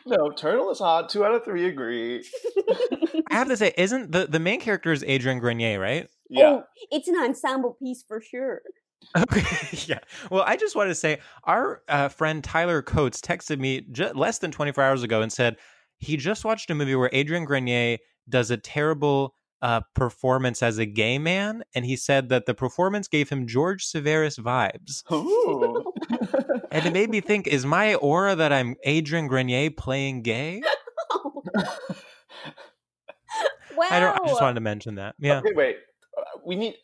Speaker 1: no, Turtle is hot. Two out of three agree.
Speaker 3: Oh.
Speaker 2: I have to say isn't the the main character is Adrian Grenier, right?
Speaker 1: Yeah.
Speaker 3: Oh, it's an ensemble piece for sure.
Speaker 2: Okay. yeah. Well, I just wanted to say our uh, friend Tyler Coates texted me ju- less than 24 hours ago and said he just watched a movie where Adrian Grenier does a terrible uh, performance as a gay man. And he said that the performance gave him George Severus vibes.
Speaker 1: Ooh.
Speaker 2: And it made me think is my aura that I'm Adrian Grenier playing gay?
Speaker 3: wow.
Speaker 2: I, don't, I just wanted to mention that. Yeah.
Speaker 1: Okay, wait. Uh, We need.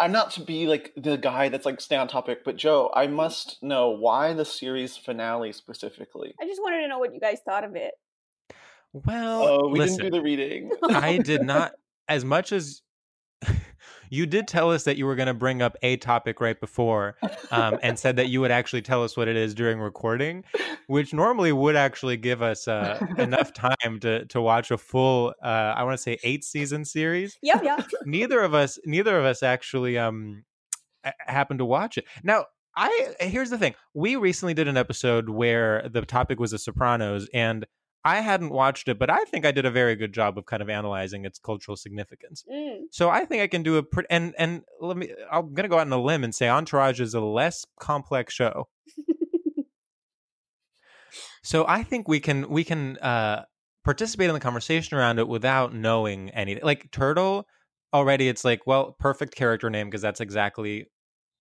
Speaker 1: I'm not to be like the guy that's like stay on topic, but Joe, I must know why the series finale specifically.
Speaker 3: I just wanted to know what you guys thought of it.
Speaker 2: Well,
Speaker 1: Oh, we
Speaker 2: listen,
Speaker 1: didn't do the reading.
Speaker 2: I did not. As much as you did tell us that you were going to bring up a topic right before, um, and said that you would actually tell us what it is during recording, which normally would actually give us uh, enough time to to watch a full, uh, I want to say eight season series.
Speaker 3: Yep, yep.
Speaker 2: Neither of us, neither of us actually um, a- happened to watch it. Now, I eh, here's the thing: we recently did an episode where the topic was The Sopranos, and I hadn't watched it, but I think I did a very good job of kind of analyzing its cultural significance.
Speaker 3: Mm.
Speaker 2: So I think I can do a pretty and and let me. I'm gonna go out on a limb and say Entourage is a less complex show. so I think we can we can uh, participate in the conversation around it without knowing anything. Like Turtle, already it's like well, perfect character name because that's exactly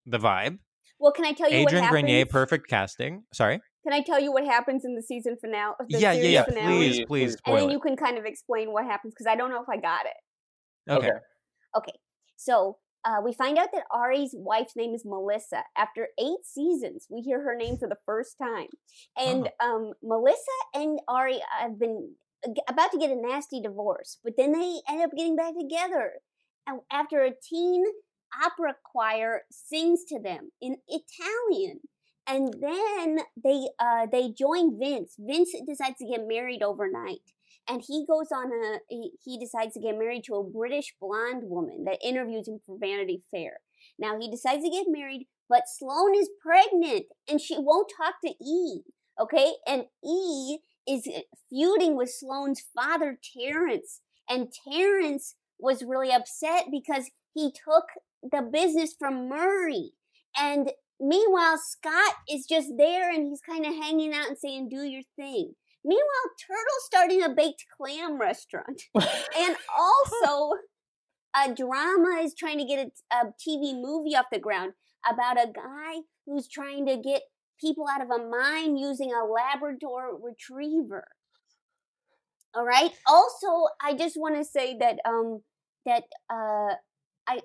Speaker 2: the vibe.
Speaker 3: Well, can I tell you what
Speaker 2: Adrian
Speaker 3: happens?
Speaker 2: Grenier, perfect casting. Sorry.
Speaker 3: Can I tell you what happens in the season finale? The
Speaker 2: yeah, yeah,
Speaker 3: series
Speaker 2: yeah.
Speaker 3: Finale?
Speaker 2: Please,
Speaker 1: Please,
Speaker 2: please
Speaker 1: please.
Speaker 3: And
Speaker 2: spoil
Speaker 3: then
Speaker 2: it.
Speaker 3: you can kind of explain what happens because I don't know if I got it.
Speaker 2: okay.
Speaker 1: Okay.
Speaker 3: Okay, so uh, we find out that Ari's wife's name is Melissa. After eight seasons, we hear her name for the first time. And
Speaker 2: Oh.
Speaker 3: um, Melissa and Ari have been ag- about to get a nasty divorce, but then they end up getting back together And after a teen opera choir sings to them in Italian. And then they uh, they join Vince. Vince decides to get married overnight and he goes on a he, he decides to get married to a british blonde woman that interviews him for vanity fair now he decides to get married but sloan is pregnant and she won't talk to e okay and e is feuding with sloan's father terrence and terrence was really upset because he took the business from murray and meanwhile scott is just there and he's kind of hanging out and saying do your thing Meanwhile, Turtle's starting a baked clam restaurant. and also, a drama is trying to get a, a TV movie off the ground about a guy who's trying to get people out of a mine using a Labrador retriever. All right. Also, I just want to say that um that uh I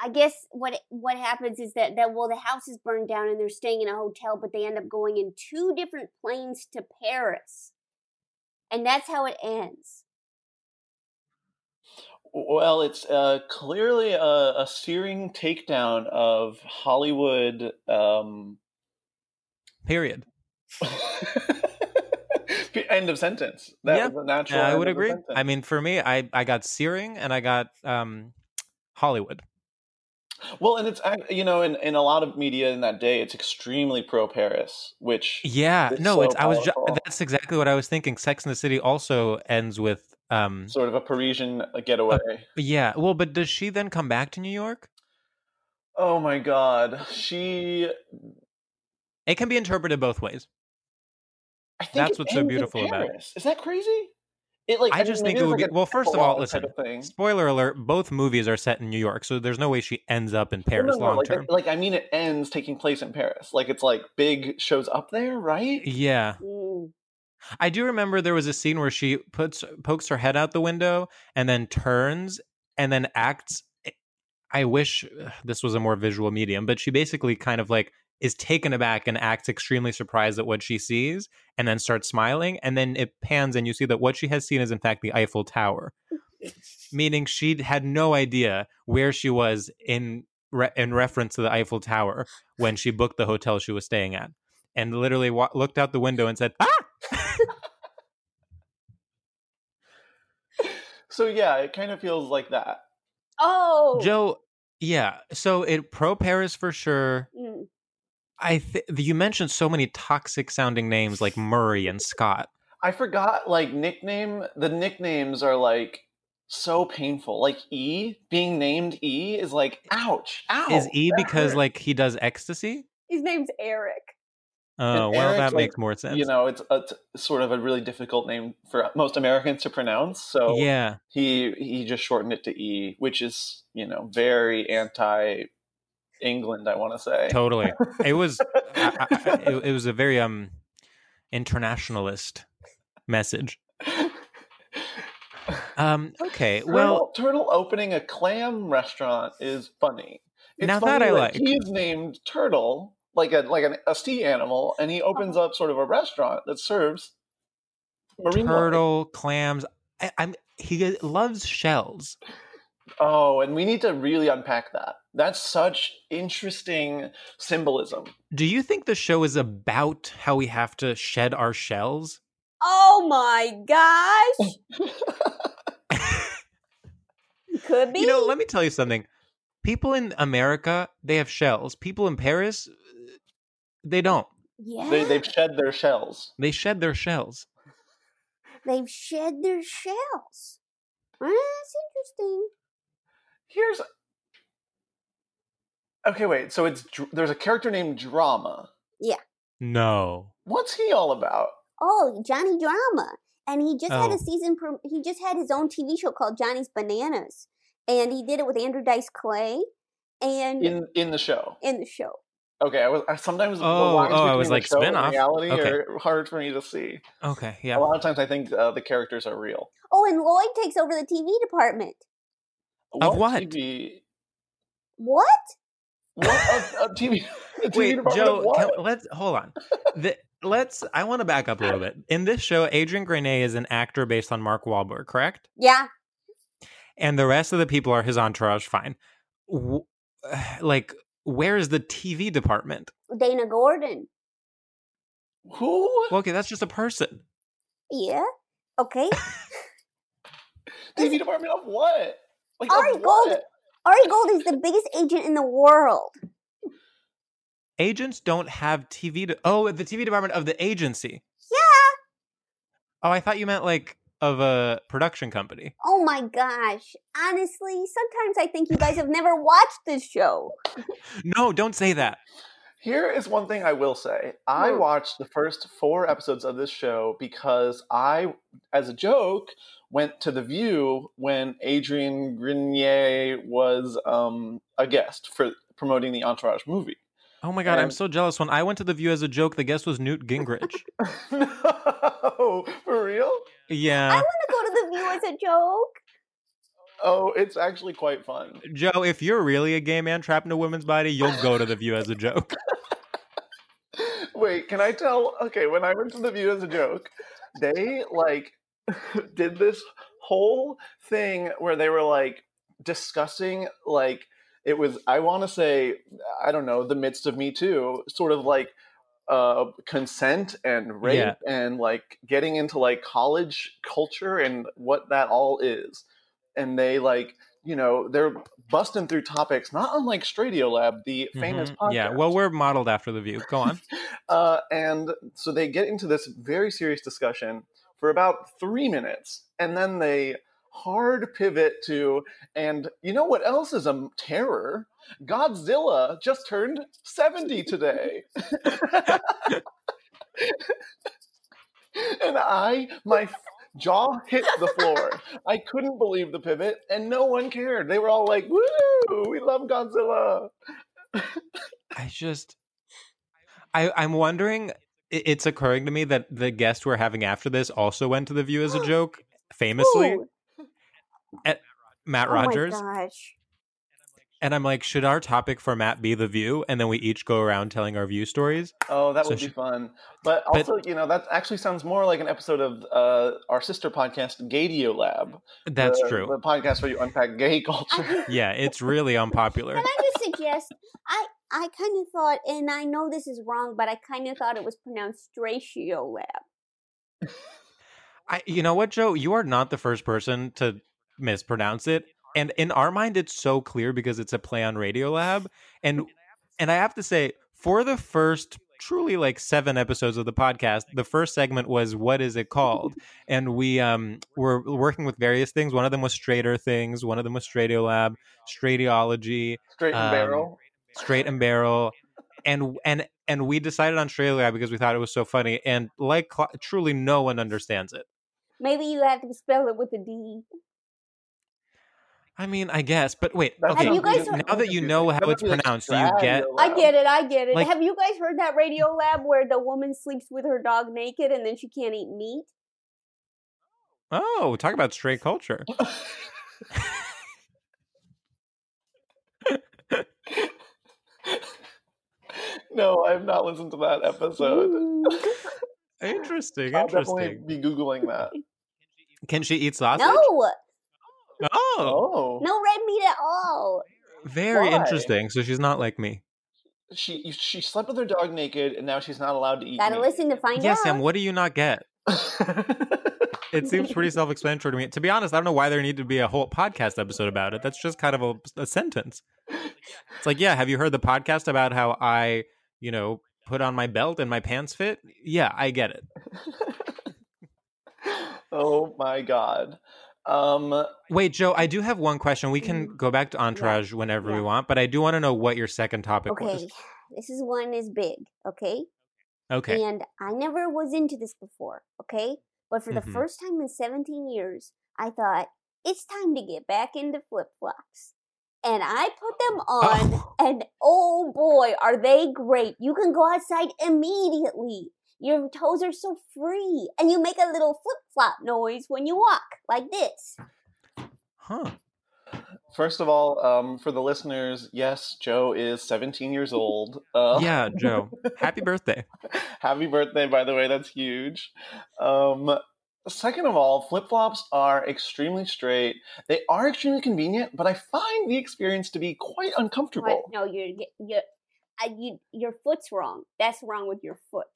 Speaker 3: I guess what what happens is that that well the house is burned down and they're staying in a hotel, but they end up going in two different planes to Paris, and that's how it ends.
Speaker 1: Well, it's uh, clearly a, a searing takedown of Hollywood. Um...
Speaker 2: Period.
Speaker 1: end of sentence. That
Speaker 2: Yeah.
Speaker 1: was a natural.
Speaker 2: Yeah, I
Speaker 1: end
Speaker 2: would
Speaker 1: of a
Speaker 2: agree.
Speaker 1: sentence.
Speaker 2: I mean, for me, I I got Searing and I got um, Hollywood.
Speaker 1: well, and it's ac- you know, in, in a lot of media in that day, it's extremely pro Paris, which
Speaker 2: Yeah,
Speaker 1: It's
Speaker 2: no,
Speaker 1: so
Speaker 2: it's I was ju-
Speaker 1: powerful.
Speaker 2: that's exactly what I was thinking. Sex in the City also ends with um
Speaker 1: sort of a Parisian uh, getaway.
Speaker 2: yeah, well, but does she then come back to New York?
Speaker 1: oh my God, she.
Speaker 2: It can be interpreted both ways.
Speaker 1: I think
Speaker 2: That's
Speaker 1: it
Speaker 2: what's so
Speaker 1: ends in
Speaker 2: beautiful about it.
Speaker 1: Paris. Is that crazy? It like
Speaker 2: I just
Speaker 1: mean,
Speaker 2: think
Speaker 1: maybe
Speaker 2: it
Speaker 1: there's,
Speaker 2: would
Speaker 1: like,
Speaker 2: be
Speaker 1: a
Speaker 2: well, first of all,
Speaker 1: epilogue type
Speaker 2: listen.
Speaker 1: of thing.
Speaker 2: Spoiler alert, both movies are set in New York, so there's no way she ends up in
Speaker 1: Well, no,
Speaker 2: Paris
Speaker 1: no,
Speaker 2: long
Speaker 1: like,
Speaker 2: term.
Speaker 1: Like I mean, it ends taking place in Paris. Like it's like Big shows up there, right?
Speaker 2: Yeah.
Speaker 3: Mm.
Speaker 2: I do remember there was a scene where she puts pokes her head out the window and then turns and then acts. eh, I wish ugh, this was a more visual medium, but she basically kind of like is taken aback and acts extremely surprised at what she sees and then starts smiling. And then it pans and you see that what she has seen is, in fact, the Eiffel Tower, meaning she had no idea where she was in. Re- in reference to the Eiffel Tower, when she booked the hotel she was staying at, and literally wa- looked out the window and said, "Ah!"
Speaker 1: So yeah, it kind of feels like that.
Speaker 3: Oh,
Speaker 2: Joe, yeah. So it pro Paris for sure.
Speaker 3: Mm.
Speaker 2: I th- you mentioned so many toxic sounding names like Murray and Scott.
Speaker 1: I forgot like nickname. The nicknames are like so painful. Like E being named E is like ouch, ouch.
Speaker 2: Is E because like he does ecstasy?
Speaker 3: his name's Eric.
Speaker 2: Oh,
Speaker 1: And
Speaker 2: well,
Speaker 1: Eric's,
Speaker 2: that
Speaker 1: like,
Speaker 2: makes more sense.
Speaker 1: you know it's, it's sort of a really difficult name for most Americans to pronounce. So
Speaker 2: yeah,
Speaker 1: he he just shortened it to E, which is you know very anti England. I want to say.
Speaker 2: totally. It was I, I, I- it, it was a very um internationalist message. Um okay, well,
Speaker 1: turtle, turtle opening a clam restaurant is funny. It's
Speaker 2: Now
Speaker 1: funny
Speaker 2: that I like.
Speaker 1: he's named Turtle, like a like an, a sea animal, and he opens
Speaker 2: Uh-huh.
Speaker 1: up sort of a restaurant that serves marine life.
Speaker 2: turtle clams. I, I'm he loves shells.
Speaker 1: Oh, and we need to really unpack that. That's such interesting symbolism.
Speaker 2: Do you think the show is about how we have to shed our shells?
Speaker 3: Oh my gosh. Could be.
Speaker 2: You know, let me tell you something. People in America, they have shells. People in Paris, they don't.
Speaker 3: yeah.
Speaker 1: They, they've shed their shells.
Speaker 2: They shed their shells.
Speaker 3: They've shed their shells. Ah, That's interesting.
Speaker 1: Here's okay. Wait, so it's Dr- there's a character named Drama.
Speaker 2: No.
Speaker 1: What's he all about?
Speaker 3: Oh, Johnny Drama, and he just had
Speaker 2: Oh.
Speaker 3: a season. Pre- he just had his own TV show called Johnny's Bananas, and he did it with Andrew Dice Clay, and in,
Speaker 1: in in the show.
Speaker 3: the show.
Speaker 1: Okay, I was I, sometimes the
Speaker 2: Oh,
Speaker 1: lines
Speaker 2: oh, I
Speaker 1: between
Speaker 2: was
Speaker 1: the
Speaker 2: like,
Speaker 1: show and
Speaker 2: spin-off?
Speaker 1: Reality
Speaker 2: Okay.
Speaker 1: are hard for me to see.
Speaker 2: Okay.
Speaker 1: A
Speaker 2: Yeah.
Speaker 1: lot of times, I think uh, the characters are real.
Speaker 3: Oh, and Lloyd takes over the TV department.
Speaker 2: Of what?
Speaker 1: TV?
Speaker 3: What?
Speaker 1: What of, of TV? the TV
Speaker 2: Wait,
Speaker 1: department of
Speaker 2: Joe.
Speaker 1: what?
Speaker 2: Can, let's hold on. The, let's. I want to back up a little bit. In this show, Adrian Grenier is an actor based on Mark Wahlberg, correct?
Speaker 3: Yeah.
Speaker 2: and the rest of the people are his entourage. Fine. W- like, where is the TV department?
Speaker 3: Dana Gordon.
Speaker 1: Who?
Speaker 2: Well, okay, that's just a person.
Speaker 3: Yeah. Okay.
Speaker 1: TV department of what? Like,
Speaker 3: Ari
Speaker 1: of
Speaker 3: Gold.
Speaker 1: what?
Speaker 3: Ari Gold is the biggest agent in the world.
Speaker 2: Agents don't have TV. De- oh, the TV department of the agency.
Speaker 3: Yeah.
Speaker 2: Oh, I thought you meant like of a production company.
Speaker 3: Oh my gosh. Honestly, sometimes I think you guys have never watched this show.
Speaker 2: No, don't say that.
Speaker 1: Here is one thing I will say. I
Speaker 3: Hmm.
Speaker 1: watched the first four episodes of this show because I, as a joke, went to The View when Adrian Grenier was um, a guest for promoting the Entourage movie.
Speaker 2: Oh my god, I'm
Speaker 1: Um,
Speaker 2: so jealous. When I went to the View as a joke, the guest was Newt Gingrich.
Speaker 1: no, for real?
Speaker 3: I
Speaker 2: yeah,
Speaker 3: want to go to the view as a joke.
Speaker 1: Oh, it's actually quite fun.
Speaker 2: Joe, if you're really a gay man trapped in a woman's body, you'll go to the View as a joke.
Speaker 1: Wait, can I tell? Okay, when I went to the View as a joke, they like did this whole thing where they were like discussing like it was. I want to say I don't know the midst of Me Too, sort of like uh consent and rape
Speaker 2: Yeah.
Speaker 1: and like getting into like college culture and what that all is and they like you know they're busting through topics not unlike stradio lab the famous
Speaker 2: Mhm,
Speaker 1: podcast
Speaker 2: Yeah, well, we're modeled after the View. Go on.
Speaker 1: uh, and so they get into this very serious discussion for about three minutes, and then they hard pivot to, and you know what else is a m- terror? Godzilla just turned 70 today. and I, my f- jaw hit the floor. I couldn't believe the pivot, and no one cared. They were all like, woo, we love Godzilla.
Speaker 2: I just, I, I'm wondering. i- It's occurring to me that the guest we're having after this also went to the View as a joke, famously,
Speaker 3: Ooh.
Speaker 2: Matt
Speaker 3: Oh
Speaker 2: Rogers.
Speaker 3: my gosh.
Speaker 2: And I'm like, should our topic for Matt be the View? And then we each go around telling our View stories.
Speaker 1: Oh, that
Speaker 2: So
Speaker 1: would be
Speaker 2: she-
Speaker 1: fun. But
Speaker 2: but-
Speaker 1: also, you know, that actually sounds more like an episode of uh, our sister podcast, Gadio Lab.
Speaker 2: That's
Speaker 1: the-
Speaker 2: true.
Speaker 1: The podcast where you unpack gay culture.
Speaker 2: Yeah, it's really unpopular.
Speaker 3: Can I just suggest? I I kind of thought, and I know this is wrong, but I kind of thought it was pronounced ratio lab.
Speaker 2: I, you know what, Joe? You are not the first person to mispronounce it. And in our mind, it's so clear because it's a play on Radiolab. And and I have to say, for the first truly like seven episodes of the podcast, the first segment was what is it called? And we um were working with various things. One of them was straighter things. One of them was Stradiolab, Stradiology,
Speaker 1: Straight and
Speaker 2: Um,
Speaker 1: barrel.
Speaker 2: Straight and Barrel, and and and we decided on Stradiolab because we thought it was so funny. And like cl- truly, no one understands it.
Speaker 3: Maybe you have to spell it with a D.
Speaker 2: I mean, I guess, but wait.
Speaker 1: That
Speaker 2: okay,
Speaker 3: Have you
Speaker 1: sounds
Speaker 3: guys
Speaker 1: really
Speaker 2: now that you
Speaker 1: confusing.
Speaker 2: know
Speaker 1: That
Speaker 2: how
Speaker 1: might
Speaker 2: it's
Speaker 1: be like
Speaker 2: pronounced, do you get?
Speaker 1: Stradiolab.
Speaker 3: I get it. I get it.
Speaker 2: Like-
Speaker 3: have you guys heard that radio lab where the woman sleeps with her dog naked and then she can't eat meat?
Speaker 2: Oh, talk about straight culture.
Speaker 1: no, I have not listened to that episode.
Speaker 2: Interesting.
Speaker 1: I'll definitely
Speaker 2: Interesting.
Speaker 1: be googling that.
Speaker 2: Can she eat sausage?
Speaker 3: no,
Speaker 2: Oh,
Speaker 1: Oh,
Speaker 3: no red meat at all.
Speaker 2: very
Speaker 1: Why?
Speaker 2: interesting. So she's not like me.
Speaker 1: she she slept with her dog naked, and now she's not allowed to eat.
Speaker 3: Gotta listen to find
Speaker 2: yeah,
Speaker 3: out.
Speaker 2: Sam. What do you not get?
Speaker 1: listen.
Speaker 2: It seems pretty self-explanatory to me. To be honest, I don't know why there needed to be a whole podcast episode about it. That's just kind of a, a sentence. It's like, yeah, have you heard the podcast about how I, you know, put on my belt and my pants fit? Yeah, I get it.
Speaker 1: oh my god. Um,
Speaker 2: Wait, Joe, I do have one question. We can go back to Entourage whenever we
Speaker 3: Mm. yeah.
Speaker 2: want, but I do want to know what your second topic
Speaker 3: okay,
Speaker 2: was.
Speaker 3: this is one is big. Okay,
Speaker 2: Okay.
Speaker 3: And I never was into this before, okay? But for
Speaker 2: Mhm.
Speaker 3: the first time in 17 years, I thought, it's time to get back into flip flops. And I put them on, and oh boy, are they great! You can go outside immediately. Your toes are so free, and you make a little flip flop noise when you walk, like this.
Speaker 2: Huh.
Speaker 1: first of all, um, for the listeners, yes, Joe is 17 years old. Uh,
Speaker 2: Yeah, Joe. Happy birthday.
Speaker 1: Happy birthday, by the way. That's huge. Um, second of all, flip flops are extremely straight. They are extremely convenient, but I find the experience to be quite
Speaker 3: What?
Speaker 1: uncomfortable.
Speaker 3: No, you're, get- you're, uh, you, your foot's wrong. That's wrong with your foot.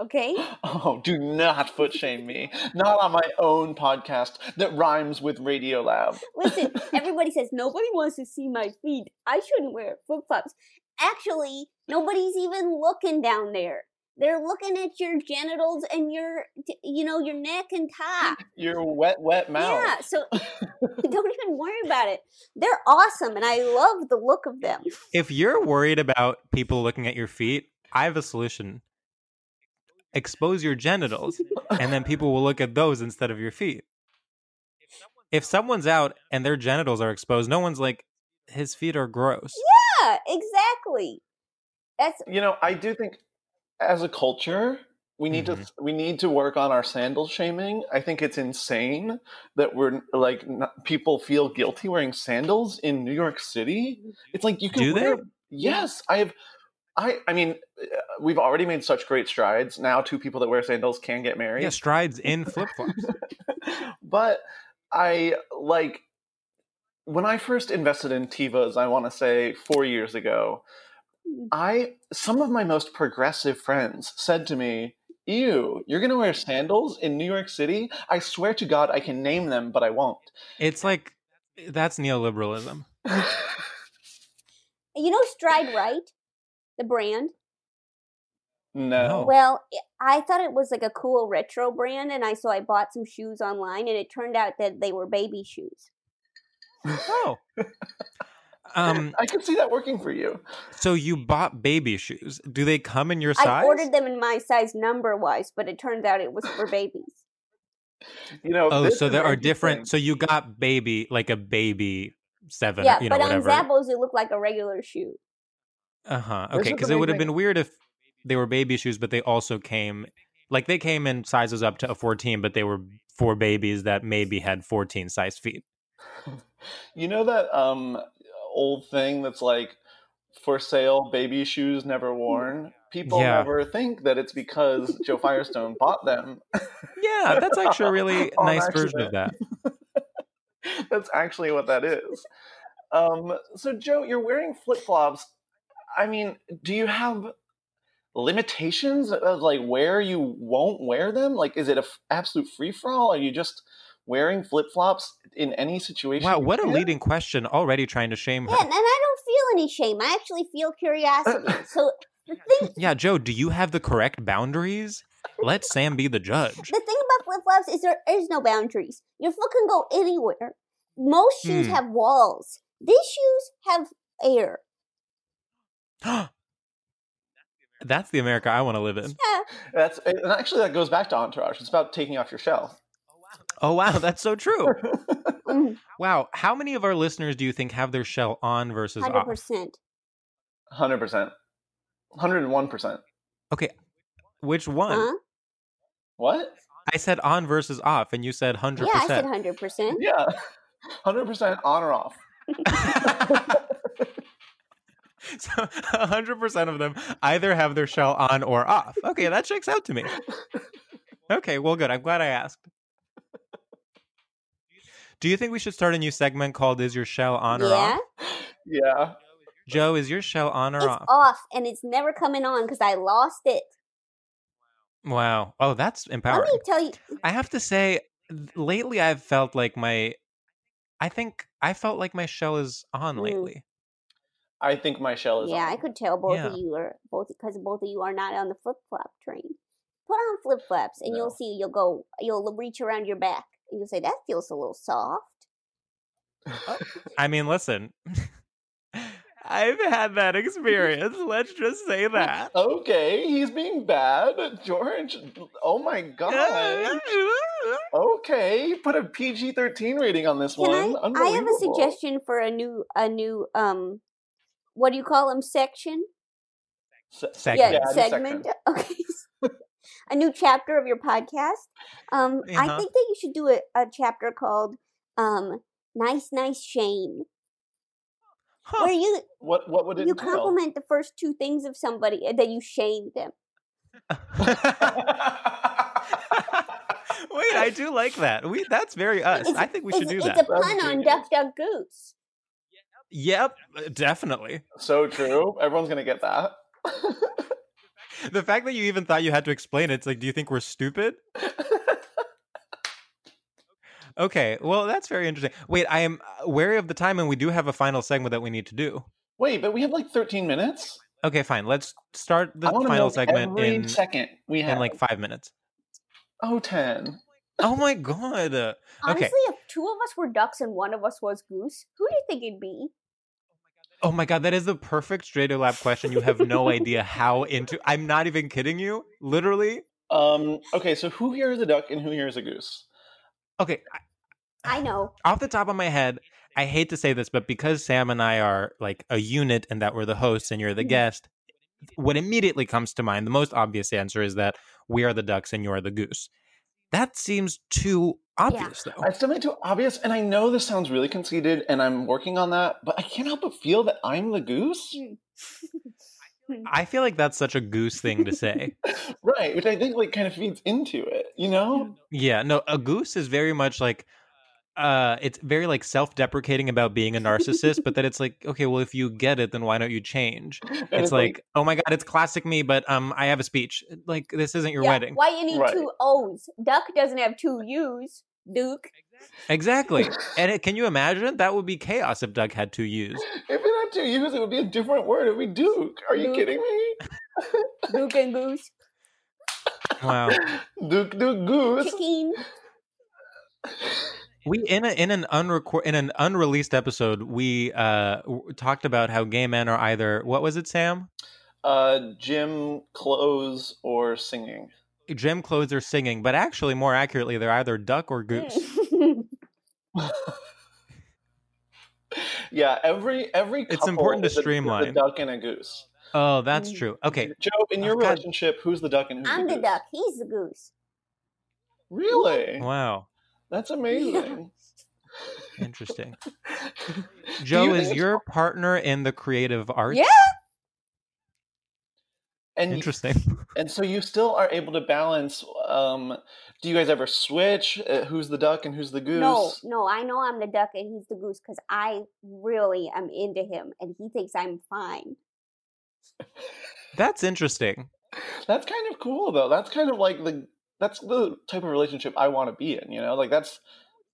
Speaker 3: Okay?
Speaker 1: Oh, do not foot shame me. Not on my own podcast that rhymes with Radio Lab.
Speaker 3: Listen, everybody says nobody wants to see my feet. I shouldn't wear flip flops. Actually, nobody's even looking down there. They're looking at your genitals and your, t- you know, your neck and top.
Speaker 1: Your wet, wet mouth.
Speaker 3: Yeah, so don't even worry about it. They're awesome, and I love the look of them.
Speaker 2: If you're worried about people looking at your feet, I have a solution. Expose your genitals, and then people will look at those instead of your feet. If someone's out and their genitals are exposed, no one's like, his feet are gross.
Speaker 3: Yeah, exactly. That's
Speaker 1: you know i do think as a culture we need to
Speaker 2: Mm-hmm.
Speaker 1: we need to work on our sandal shaming i think it's insane that we're like not, people feel guilty wearing sandals in new york city it's like you can
Speaker 2: Do
Speaker 1: wear
Speaker 2: they?
Speaker 1: yes i have i i mean uh, we've already made such great strides now two people that wear sandals can get married
Speaker 2: Yeah, strides in flip flops.
Speaker 1: but I like when I first invested in Tivas, I want to say four years ago, I some of my most progressive friends said to me, Ew, you're gonna wear sandals in New York City? I swear to God I can name them, but I won't.
Speaker 2: It's like, that's neoliberalism.
Speaker 3: you know Stride Right, the brand.
Speaker 2: Oh.
Speaker 1: No.
Speaker 3: Well, i- I thought it was like a cool retro brand, and I so I bought some shoes online, and it turned out that they were baby shoes.
Speaker 2: Oh. Um,
Speaker 1: I could see that working for you.
Speaker 2: so you bought baby shoes. Do they come in your
Speaker 3: I
Speaker 2: size?
Speaker 3: ordered them in my size number wise, but it turns out it was for babies.
Speaker 1: You know.
Speaker 2: Oh,
Speaker 1: this
Speaker 2: so
Speaker 1: is
Speaker 2: there are different.
Speaker 1: interesting.
Speaker 2: So you got baby, like a baby seven,
Speaker 3: yeah,
Speaker 2: you know,
Speaker 3: but on
Speaker 2: whatever.
Speaker 3: Zappos it looked like a regular shoe.
Speaker 2: uh huh.
Speaker 1: This
Speaker 2: Okay,
Speaker 1: is
Speaker 2: because
Speaker 1: the
Speaker 2: it
Speaker 1: main
Speaker 2: would have
Speaker 1: thing.
Speaker 2: been weird if they were baby shoes, but they also came, like they came in sizes up to a fourteen, but they were for babies that maybe had fourteen size feet.
Speaker 1: You know that um old thing that's like for sale baby shoes never worn? People
Speaker 2: Yeah.
Speaker 1: never think that it's because Joe Firestone bought them.
Speaker 2: Yeah, that's actually a really
Speaker 3: Oh,
Speaker 1: On
Speaker 2: nice version of that.
Speaker 1: accident. That's actually what that is. Um, so, Joe, you're wearing flip flops. I mean, do you have limitations of like where you won't wear them? Like, is it an absolute free for all? Are you just wearing flip flops in any situation?
Speaker 2: Wow,
Speaker 1: you
Speaker 2: what a
Speaker 1: can?
Speaker 2: leading question! Already trying to shame
Speaker 3: Yeah, and,
Speaker 2: her.
Speaker 3: and I don't feel any shame. I actually feel curiosity. so the thing,
Speaker 2: Yeah, Joe, do you have the correct boundaries? Let Sam be the judge.
Speaker 3: the thing about flip flops is there is no boundaries. Your foot can go anywhere. Most shoes
Speaker 2: Hmm.
Speaker 3: have walls. These shoes have air.
Speaker 2: That's the America I want to live in.
Speaker 3: Yeah.
Speaker 1: That's and actually that goes back to entourage. It's about taking off your shell.
Speaker 2: Oh wow, that's so true.
Speaker 3: Mm.
Speaker 2: Wow, how many of our listeners do you think have their shell on versus
Speaker 3: hundred
Speaker 2: off?
Speaker 3: percent.
Speaker 1: Hundred percent, hundred and one percent.
Speaker 2: Okay, which one?
Speaker 3: Huh?
Speaker 1: What?
Speaker 2: I said on versus off, and you said hundred
Speaker 3: Yeah, I said
Speaker 2: percent.
Speaker 3: hundred percent.
Speaker 1: Yeah, hundred percent on or off.
Speaker 5: So 100% of them either have their shell on or off. Okay, that checks out to me. Okay, well, good. I'm glad I asked. Do you think we should start a new segment called Is Your Shell On or
Speaker 2: yeah,
Speaker 5: Off?
Speaker 1: Yeah.
Speaker 5: Joe, is your shell on or
Speaker 2: it's
Speaker 5: off?
Speaker 2: off. and it's never coming on because I lost it.
Speaker 5: Wow. Oh, that's empowering.
Speaker 2: Let me tell you,
Speaker 5: I have to say, th- lately I've felt like my, I think I felt like my shell is on
Speaker 2: Mm.
Speaker 5: lately.
Speaker 1: I think my shell is.
Speaker 2: yeah, I
Speaker 1: on.
Speaker 2: could tell both
Speaker 5: Yeah.
Speaker 2: of you are both because both of you are not on the flip flop train. Put on flip flops, and you'll
Speaker 1: No.
Speaker 2: see. You'll go. You'll reach around your back, and you'll say that feels a little soft.
Speaker 5: Oh. I mean, listen, I've had that experience. Let's just say that.
Speaker 1: Okay, he's being bad, George. Oh my god. Okay, put a PG thirteen rating on this
Speaker 2: Can
Speaker 1: one.
Speaker 2: I? I have a
Speaker 1: Unbelievable.
Speaker 2: suggestion for a new, a new, um, what do you call them? Section.
Speaker 1: Se-
Speaker 5: Segment.
Speaker 2: Yeah,
Speaker 1: Yeah, new
Speaker 2: segment.
Speaker 1: section.
Speaker 2: Okay. a new chapter of your podcast. Um, I
Speaker 5: Uh-huh.
Speaker 2: think that you should do a, a chapter called um, "Nice, Nice Shame,"
Speaker 5: Huh.
Speaker 2: where you
Speaker 1: What what would it
Speaker 2: you
Speaker 1: entail?
Speaker 2: compliment the first two things of somebody and then you shame them.
Speaker 5: Wait, I do like that. We that's very uh, us. I think we should
Speaker 2: it's,
Speaker 5: do
Speaker 2: it's
Speaker 5: that.
Speaker 2: a pun
Speaker 1: That's
Speaker 2: on
Speaker 1: genius.
Speaker 2: Duck Duck Goose.
Speaker 5: Yep, definitely.
Speaker 1: so true. Everyone's gonna get that.
Speaker 5: The fact that you even thought you had to explain it, it's like, do you think we're stupid? Okay, well, that's very interesting. Wait, I am uh, wary of the time, and we do have a final segment that we need to do.
Speaker 1: Wait, but we have like thirteen minutes.
Speaker 5: Okay, fine. Let's start the
Speaker 1: I want to
Speaker 5: final
Speaker 1: know
Speaker 5: segment
Speaker 1: every
Speaker 5: in,
Speaker 1: second we have.
Speaker 5: in like five minutes.
Speaker 1: oh ten.
Speaker 5: Oh my god. Uh, Okay.
Speaker 2: Honestly, if two of us were ducks and one of us was goose, who do you think it'd be?
Speaker 5: Oh my god, that is the perfect straight lab question. You have no idea how into I'm not even kidding you. Literally.
Speaker 1: Um. Okay, so who here is a duck and who here is a goose?
Speaker 5: Okay,
Speaker 2: I know.
Speaker 5: off the top of my head, I hate to say this, but because Sam and I are like a unit and that we're the hosts and you're the guest, what immediately comes to mind, the most obvious answer is that we are the ducks and you are the goose. That seems too obvious, though.
Speaker 1: It's definitely too obvious, and I know this sounds really conceited, and I'm working on that, but I can't help but feel that I'm the goose,
Speaker 5: I feel like that's such a goose thing to say.
Speaker 1: right? Which I think like kind of feeds into it, you know?
Speaker 5: yeah, no, a goose is very much like uh it's very like self-deprecating about being a narcissist, but that it's like, okay, well if you get it, then why don't you change?
Speaker 1: And
Speaker 5: It's like, oh my god, it's classic me, but um I have a speech. Like this isn't your
Speaker 2: Yeah,
Speaker 5: wedding.
Speaker 2: Why you need
Speaker 1: Right.
Speaker 2: two O's? Duck doesn't have two U's. Duke.
Speaker 5: Exactly. and it, can you imagine? That would be chaos if Doug had two U's.
Speaker 1: if it had two U's, it would be a different word. It would be Duke. Are you
Speaker 2: Duke.
Speaker 1: kidding me?
Speaker 2: Duke and Goose.
Speaker 5: Wow.
Speaker 1: Duke, Duke, Goose.
Speaker 2: Chicken.
Speaker 5: We in a, in an unrecord in an unreleased episode, we uh w- talked about how gay men are either what was it, Sam?
Speaker 1: Uh, gym, clothes, or singing.
Speaker 5: Gym clothes or singing, but actually more accurately, they're either duck or goose.
Speaker 2: Hmm.
Speaker 1: Yeah, every every
Speaker 5: It's
Speaker 1: couple
Speaker 5: important to
Speaker 1: is a- is
Speaker 5: streamline.
Speaker 1: a duck and a goose.
Speaker 5: oh, that's true. Okay.
Speaker 1: Joe, in your
Speaker 5: I've got-
Speaker 1: relationship, who's the duck and who's
Speaker 2: Mm. I'm
Speaker 1: the
Speaker 2: the
Speaker 1: goose?
Speaker 2: duck. He's the goose.
Speaker 1: Really?
Speaker 5: Wow.
Speaker 1: That's amazing.
Speaker 5: Interesting.
Speaker 1: Do you
Speaker 5: Joe,
Speaker 1: think
Speaker 5: is
Speaker 1: it's-
Speaker 5: your partner in the creative arts?
Speaker 2: Yeah.
Speaker 1: and
Speaker 5: Interesting.
Speaker 1: and so you still are able to balance. Um, do you guys ever switch? Uh, who's the duck and who's the goose?
Speaker 2: No, no, I know I'm the duck and he's the goose because I really am into him and he thinks I'm fine.
Speaker 5: That's interesting.
Speaker 1: That's kind of cool though. That's kind of like the that's the type of relationship I want to be in. You know, like that's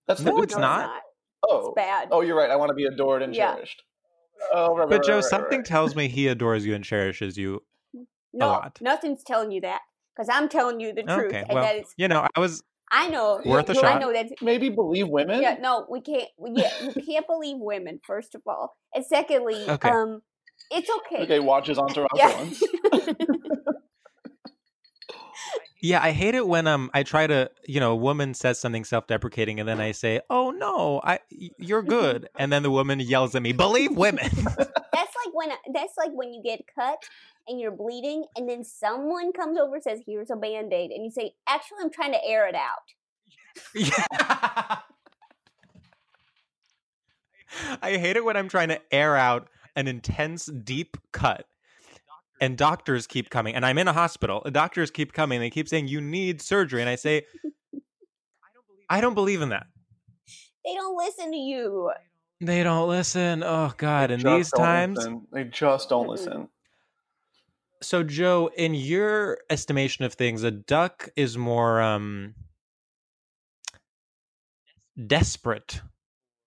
Speaker 1: that's the
Speaker 5: No,
Speaker 1: good
Speaker 5: it's
Speaker 2: No,
Speaker 1: part.
Speaker 5: not.
Speaker 1: Oh,
Speaker 2: It's bad.
Speaker 1: oh, you're right. I want to be adored and
Speaker 2: Yeah.
Speaker 1: cherished. Oh, right, right,
Speaker 5: But
Speaker 1: right,
Speaker 5: Joe,
Speaker 1: right, right,
Speaker 5: something
Speaker 1: right.
Speaker 5: tells me he adores you and cherishes you
Speaker 2: no,
Speaker 5: lot.
Speaker 2: nothing's telling you that because I'm telling you the truth.
Speaker 5: Okay,
Speaker 2: and
Speaker 5: well,
Speaker 2: that it's,
Speaker 5: you know, I was
Speaker 2: I know.
Speaker 5: worth a
Speaker 2: no, I
Speaker 5: shot.
Speaker 2: know that's.
Speaker 1: Maybe believe women.
Speaker 2: Yeah, no, we can't. We, yeah, you can't believe women, first of all. And secondly,
Speaker 5: Okay.
Speaker 2: um, it's okay.
Speaker 1: Okay, watches Entourage
Speaker 2: Yeah.
Speaker 1: once.
Speaker 5: Yeah, I hate it when um I try to, you know, a woman says something self-deprecating and then I say, "Oh no, I y- you're good." And then the woman yells at me, "Believe women."
Speaker 2: that's like when that's like when you get cut and you're bleeding and then someone comes over and says here's a band-aid and you say actually i'm trying to air it out
Speaker 5: I hate it when I'm trying to air out
Speaker 2: an intense, deep cut. And doctors keep coming, and I'm in a hospital. The doctors keep coming. They keep saying you need surgery, and I say, I don't believe in that.
Speaker 3: They don't listen to you.
Speaker 2: They don't listen. Oh God! And
Speaker 1: Just
Speaker 2: these
Speaker 1: don't
Speaker 2: times,
Speaker 1: listen. they just don't listen.
Speaker 2: so Joe, in your estimation of things, a duck is more um desperate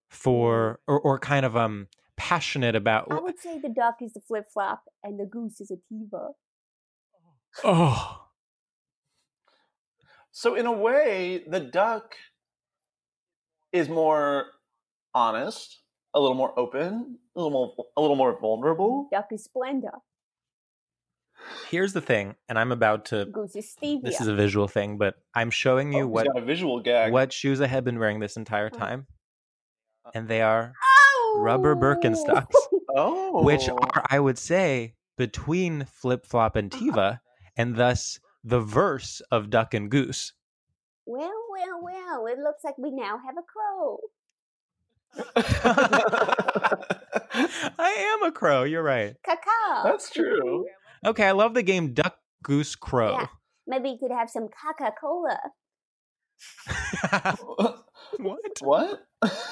Speaker 2: for or, or kind of um passionate about
Speaker 3: Mm-hmm. I would say the duck is the flip flop and the goose is a diva.
Speaker 2: oh
Speaker 1: So in a way, the duck is more honest, a little more open, a little more a little more vulnerable.
Speaker 3: Duck is Splenda.
Speaker 2: here's the thing and i'm about to
Speaker 3: Goose is Stevia.
Speaker 2: this is a visual thing but i'm showing you
Speaker 1: Oh,
Speaker 2: what
Speaker 1: He's got a visual gag.
Speaker 2: what shoes i have been wearing this entire
Speaker 3: Oh.
Speaker 2: time and they are
Speaker 3: oh!
Speaker 2: rubber Birkenstocks.
Speaker 1: Oh,
Speaker 2: which are i would say between flip flop and tiva and thus the verse of duck and goose
Speaker 3: well, well, well. It looks like we now have a crow.
Speaker 2: i am a crow you're right
Speaker 3: Caca.
Speaker 1: That's true.
Speaker 2: okay i love the game duck goose crow
Speaker 3: Yeah. Maybe you could have some Coca Cola.
Speaker 2: what
Speaker 1: What?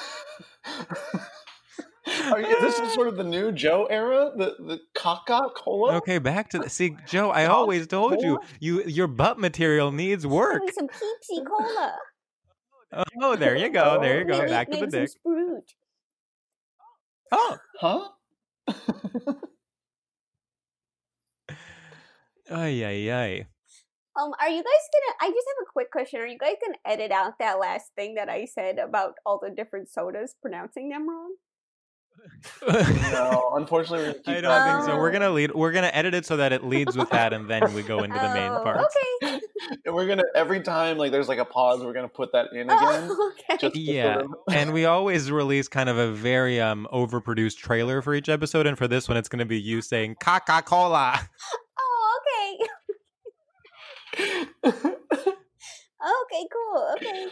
Speaker 1: Are you, this is sort of the new Joe era, the the caca cola.
Speaker 2: Okay, back to the see, Joe. I always told you, you your butt material needs work.
Speaker 3: Maybe some Pepsi Cola.
Speaker 2: Oh, there you go, there you go.
Speaker 3: Maybe-
Speaker 2: Back to the
Speaker 3: maybe
Speaker 2: dick.
Speaker 3: Some Sprout.
Speaker 2: Oh,
Speaker 1: huh?
Speaker 2: ay, ay, ay.
Speaker 3: Um, are you guys gonna? I just have a quick question. Are you guys gonna edit out that last thing that I said about all the different sodas pronouncing them wrong?
Speaker 1: no, unfortunately, we're gonna keep
Speaker 2: I don't
Speaker 1: that
Speaker 2: think so.
Speaker 3: Oh.
Speaker 2: We're gonna lead. We're gonna edit it so that it leads with that, and then we go into the main
Speaker 3: Oh,
Speaker 2: part.
Speaker 3: Okay.
Speaker 1: And we're gonna every time like there's like a pause, we're gonna put that in again.
Speaker 3: Oh, okay.
Speaker 1: Just to
Speaker 2: Yeah,
Speaker 1: sort of-
Speaker 2: and we always release kind of a very um overproduced trailer for each episode, and for this one, it's gonna be you saying Coca Cola.
Speaker 3: Oh, okay. okay. Cool. Okay.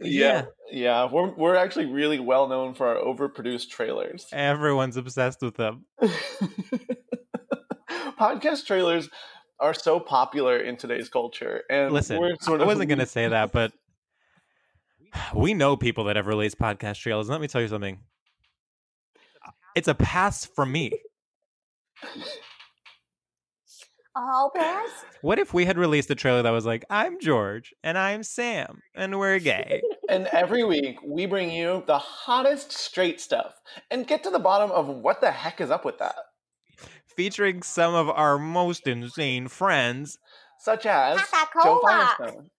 Speaker 1: yeah, yeah. We're we're actually really well known for our overproduced trailers.
Speaker 2: everyone's obsessed with them.
Speaker 1: Podcast trailers are so popular in today's culture, and
Speaker 2: Listen,
Speaker 1: we're sort
Speaker 2: I
Speaker 1: of
Speaker 2: wasn't going to say that, but we know people that have released podcast trailers. and Let me tell you something. It's a pass from me.
Speaker 3: All pass.
Speaker 2: What if we had released a trailer that was like, I'm George and I'm Sam and we're gay?
Speaker 1: And every week we bring you the hottest straight stuff and get to the bottom of what the heck is up with that,
Speaker 2: Featuring some of our most insane friends.
Speaker 1: such as Joe
Speaker 3: Coca-Cola.
Speaker 1: Firestone.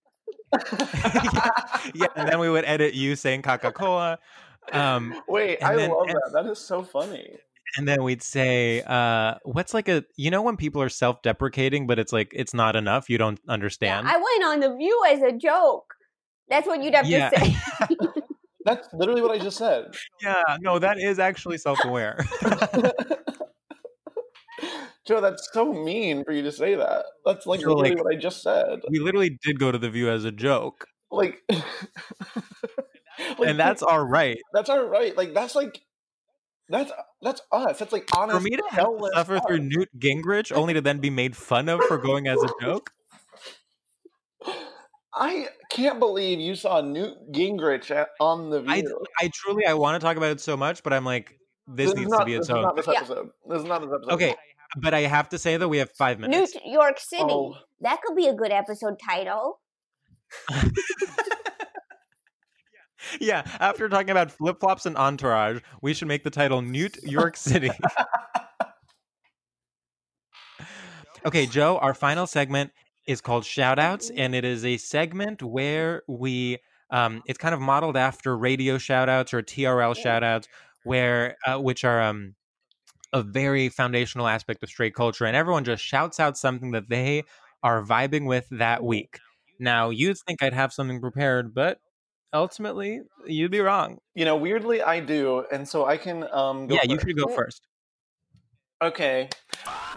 Speaker 2: yeah, and then we would edit you saying Coca Cola. Um,
Speaker 1: Wait,
Speaker 2: and
Speaker 1: I
Speaker 2: then-
Speaker 1: love
Speaker 2: and-
Speaker 1: that. That is so funny.
Speaker 2: and then we'd say, uh, what's like a, you know, when people are self deprecating, but it's like, it's not enough. You don't
Speaker 3: Yeah,
Speaker 2: understand.
Speaker 3: I went on the View as a joke. That's what you'd have
Speaker 2: Yeah.
Speaker 3: to say.
Speaker 1: That's literally what I just said.
Speaker 2: Yeah, no, that is actually self aware.
Speaker 1: Joe, that's so mean for you to say that. That's like
Speaker 2: So,
Speaker 1: literally
Speaker 2: like-
Speaker 1: what I just said.
Speaker 2: we literally did go to the view as a joke,
Speaker 1: Like, like,
Speaker 2: and that's all right.
Speaker 1: that's all right. Like that's like that's that's us. That's like honest.
Speaker 2: For me to have to
Speaker 1: hell-less
Speaker 2: suffer through
Speaker 1: us.
Speaker 2: Newt Gingrich only to then be made fun of for going as a joke.
Speaker 1: I can't believe you saw Newt Gingrich at, on the view.
Speaker 2: I, I truly I want to talk about it so much, but I'm like, this,
Speaker 1: is
Speaker 2: needs to
Speaker 1: not-
Speaker 2: be its
Speaker 1: this Is
Speaker 2: own.
Speaker 1: not this
Speaker 3: Yeah.
Speaker 1: episode. This is not this episode.
Speaker 2: Okay, but I have to say that we have five
Speaker 3: New
Speaker 2: minutes.
Speaker 3: York City.
Speaker 1: Oh,
Speaker 3: That could be a good episode title.
Speaker 2: Yeah, after talking about flip flops and entourage, we should make the title Newt York City. okay, Joe, our final segment is called Shoutouts, and it is a segment where we, um, it's kind of modeled after radio shoutouts or TRL shoutouts, where uh, which are um, a very foundational aspect of straight culture, and everyone just shouts out something that they are vibing with that week. Now, you'd think I'd have something prepared, but ultimately you'd be wrong.
Speaker 1: you know, weirdly I do, and so I can um. Go
Speaker 2: yeah, you
Speaker 1: first.
Speaker 2: should go first.
Speaker 1: Okay.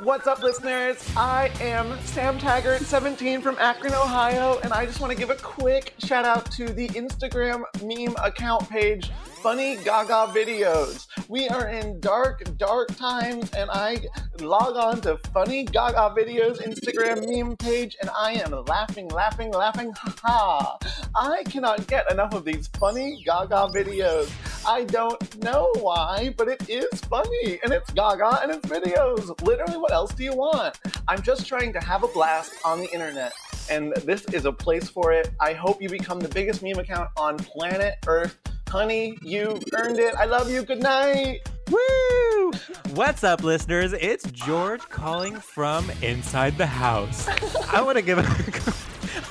Speaker 1: What's up, listeners? I am Sam Taggart, 17 from Akron, Ohio, and I just want to give a quick shout out to the Instagram meme account page funny Gaga videos. We are in dark, dark times, and I log on to Funny Gaga Videos Instagram meme page, and I am laughing, laughing, laughing. Ha! ha. I cannot get enough of these funny Gaga videos. I don't know why, but it is funny, and it's Gaga and it's videos. Literally, what else do you want? I'm just trying to have a blast on the internet, and this is a place for it. I hope you become the biggest meme account on planet Earth. Honey, you earned it. I love you. Good night.
Speaker 2: Woo! What's up, listeners? It's George calling from inside the house. I want to give a,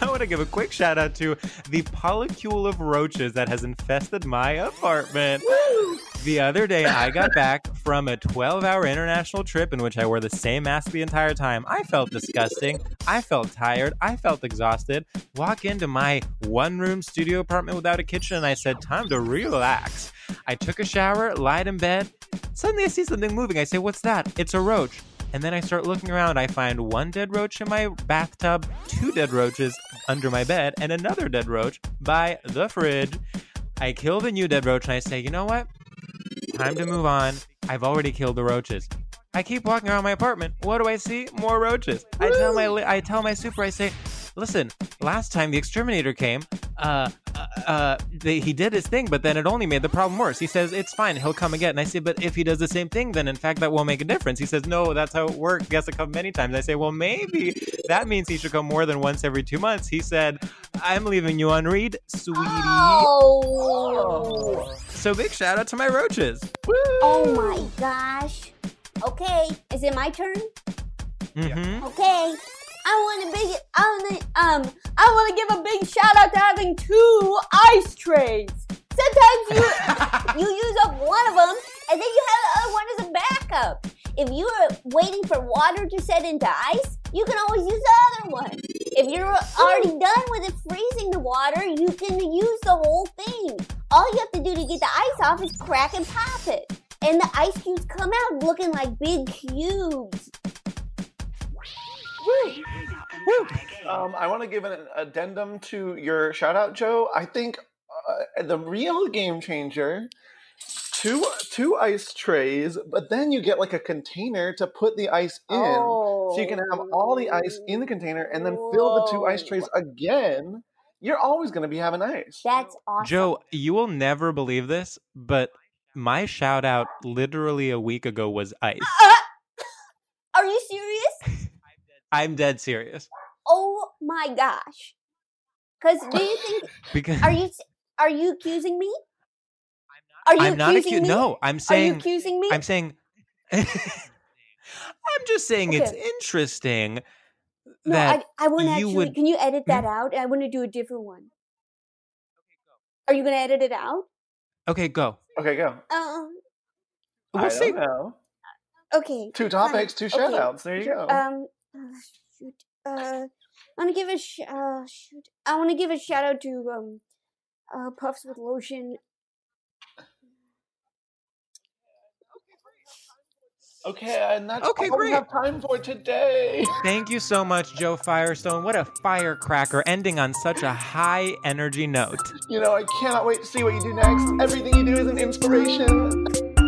Speaker 2: I want to give a quick shout out to the polycule of roaches that has infested my apartment. The other day, I got back from a 12 hour international trip in which I wore the same mask the entire time. I felt disgusting. I felt tired. I felt exhausted. Walk into my one room studio apartment without a kitchen, and I said, Time to relax. I took a shower, lied in bed. Suddenly, I see something moving. I say, What's that? It's a roach. And then I start looking around. I find one dead roach in my bathtub, two dead roaches under my bed, and another dead roach by the fridge. I kill the new dead roach and I say, you know what? Time to move on. I've already killed the roaches. I keep walking around my apartment. What do I see? More roaches. I tell my li- I tell my super. I say, listen. Last time the exterminator came, uh, uh, uh they, he did his thing, but then it only made the problem worse. He says it's fine. He'll come again. And I say, but if he does the same thing, then in fact that won't make a difference. He says, no, that's how it worked. He has to come many times. I say, well, maybe that means he should come more than once every two months. He said, I'm leaving you on read, sweetie.
Speaker 3: Oh.
Speaker 2: So big shout out to my roaches.
Speaker 3: Oh my gosh. Okay, is it my turn?
Speaker 2: Mhm.
Speaker 3: Okay. I want a big I want to um I want to give a big shout out to having two ice trays. Sometimes you you use up one of them and then you have the other one as a backup. If you are waiting for water to set into ice, you can always use the other one. If you're already done with it freezing the water, you can use the whole thing. All you have to do to get the ice off is crack and pop it. And the ice cubes come out looking like big cubes.
Speaker 1: Um, I want to give an addendum to your shout out, Joe. I think uh, the real game changer two two ice trays, but then you get like a container to put the ice in, so you can have all the ice in the container and then fill the two ice trays
Speaker 2: Oh.
Speaker 1: again. You're always going to be having ice.
Speaker 3: That's awesome.
Speaker 2: Joe, you will never believe this, but my shout out literally a week ago was ice.
Speaker 3: Uh, Are you serious?
Speaker 2: I'm dead serious.
Speaker 3: Oh my gosh. Cause do you think
Speaker 2: Because
Speaker 3: are you are you accusing me? Are you
Speaker 2: I'm not
Speaker 3: accusing
Speaker 2: accused.
Speaker 3: me?
Speaker 2: No,
Speaker 3: are
Speaker 2: I'm
Speaker 3: you
Speaker 2: saying
Speaker 3: accusing me?
Speaker 2: I'm saying I'm just saying it's
Speaker 3: Okay.
Speaker 2: interesting
Speaker 3: no,
Speaker 2: that
Speaker 3: I, I want to
Speaker 2: you
Speaker 3: actually.
Speaker 2: would- Hmm?
Speaker 3: Can you edit that out? I want to do a different one. Are you going to edit it out?
Speaker 2: okay, go.
Speaker 1: Okay, go.
Speaker 3: Uh,
Speaker 2: We'll
Speaker 1: I
Speaker 2: see.
Speaker 1: Don't know.
Speaker 3: okay.
Speaker 1: Two topics, two
Speaker 3: Okay.
Speaker 1: shout outs. There you go.
Speaker 2: Oh.
Speaker 3: Um, uh, shoot. Uh, I want to give a sh- uh, shoot. I want to give a shout out to um, uh, puffs with lotion.
Speaker 1: okay, and that's
Speaker 2: Okay,
Speaker 1: all
Speaker 2: great.
Speaker 1: we have time for today.
Speaker 2: Thank you so much, Joe Firestone. What a firecracker ending on such a high energy note.
Speaker 1: You know, I cannot wait to see what you do next. Everything you do is an inspiration.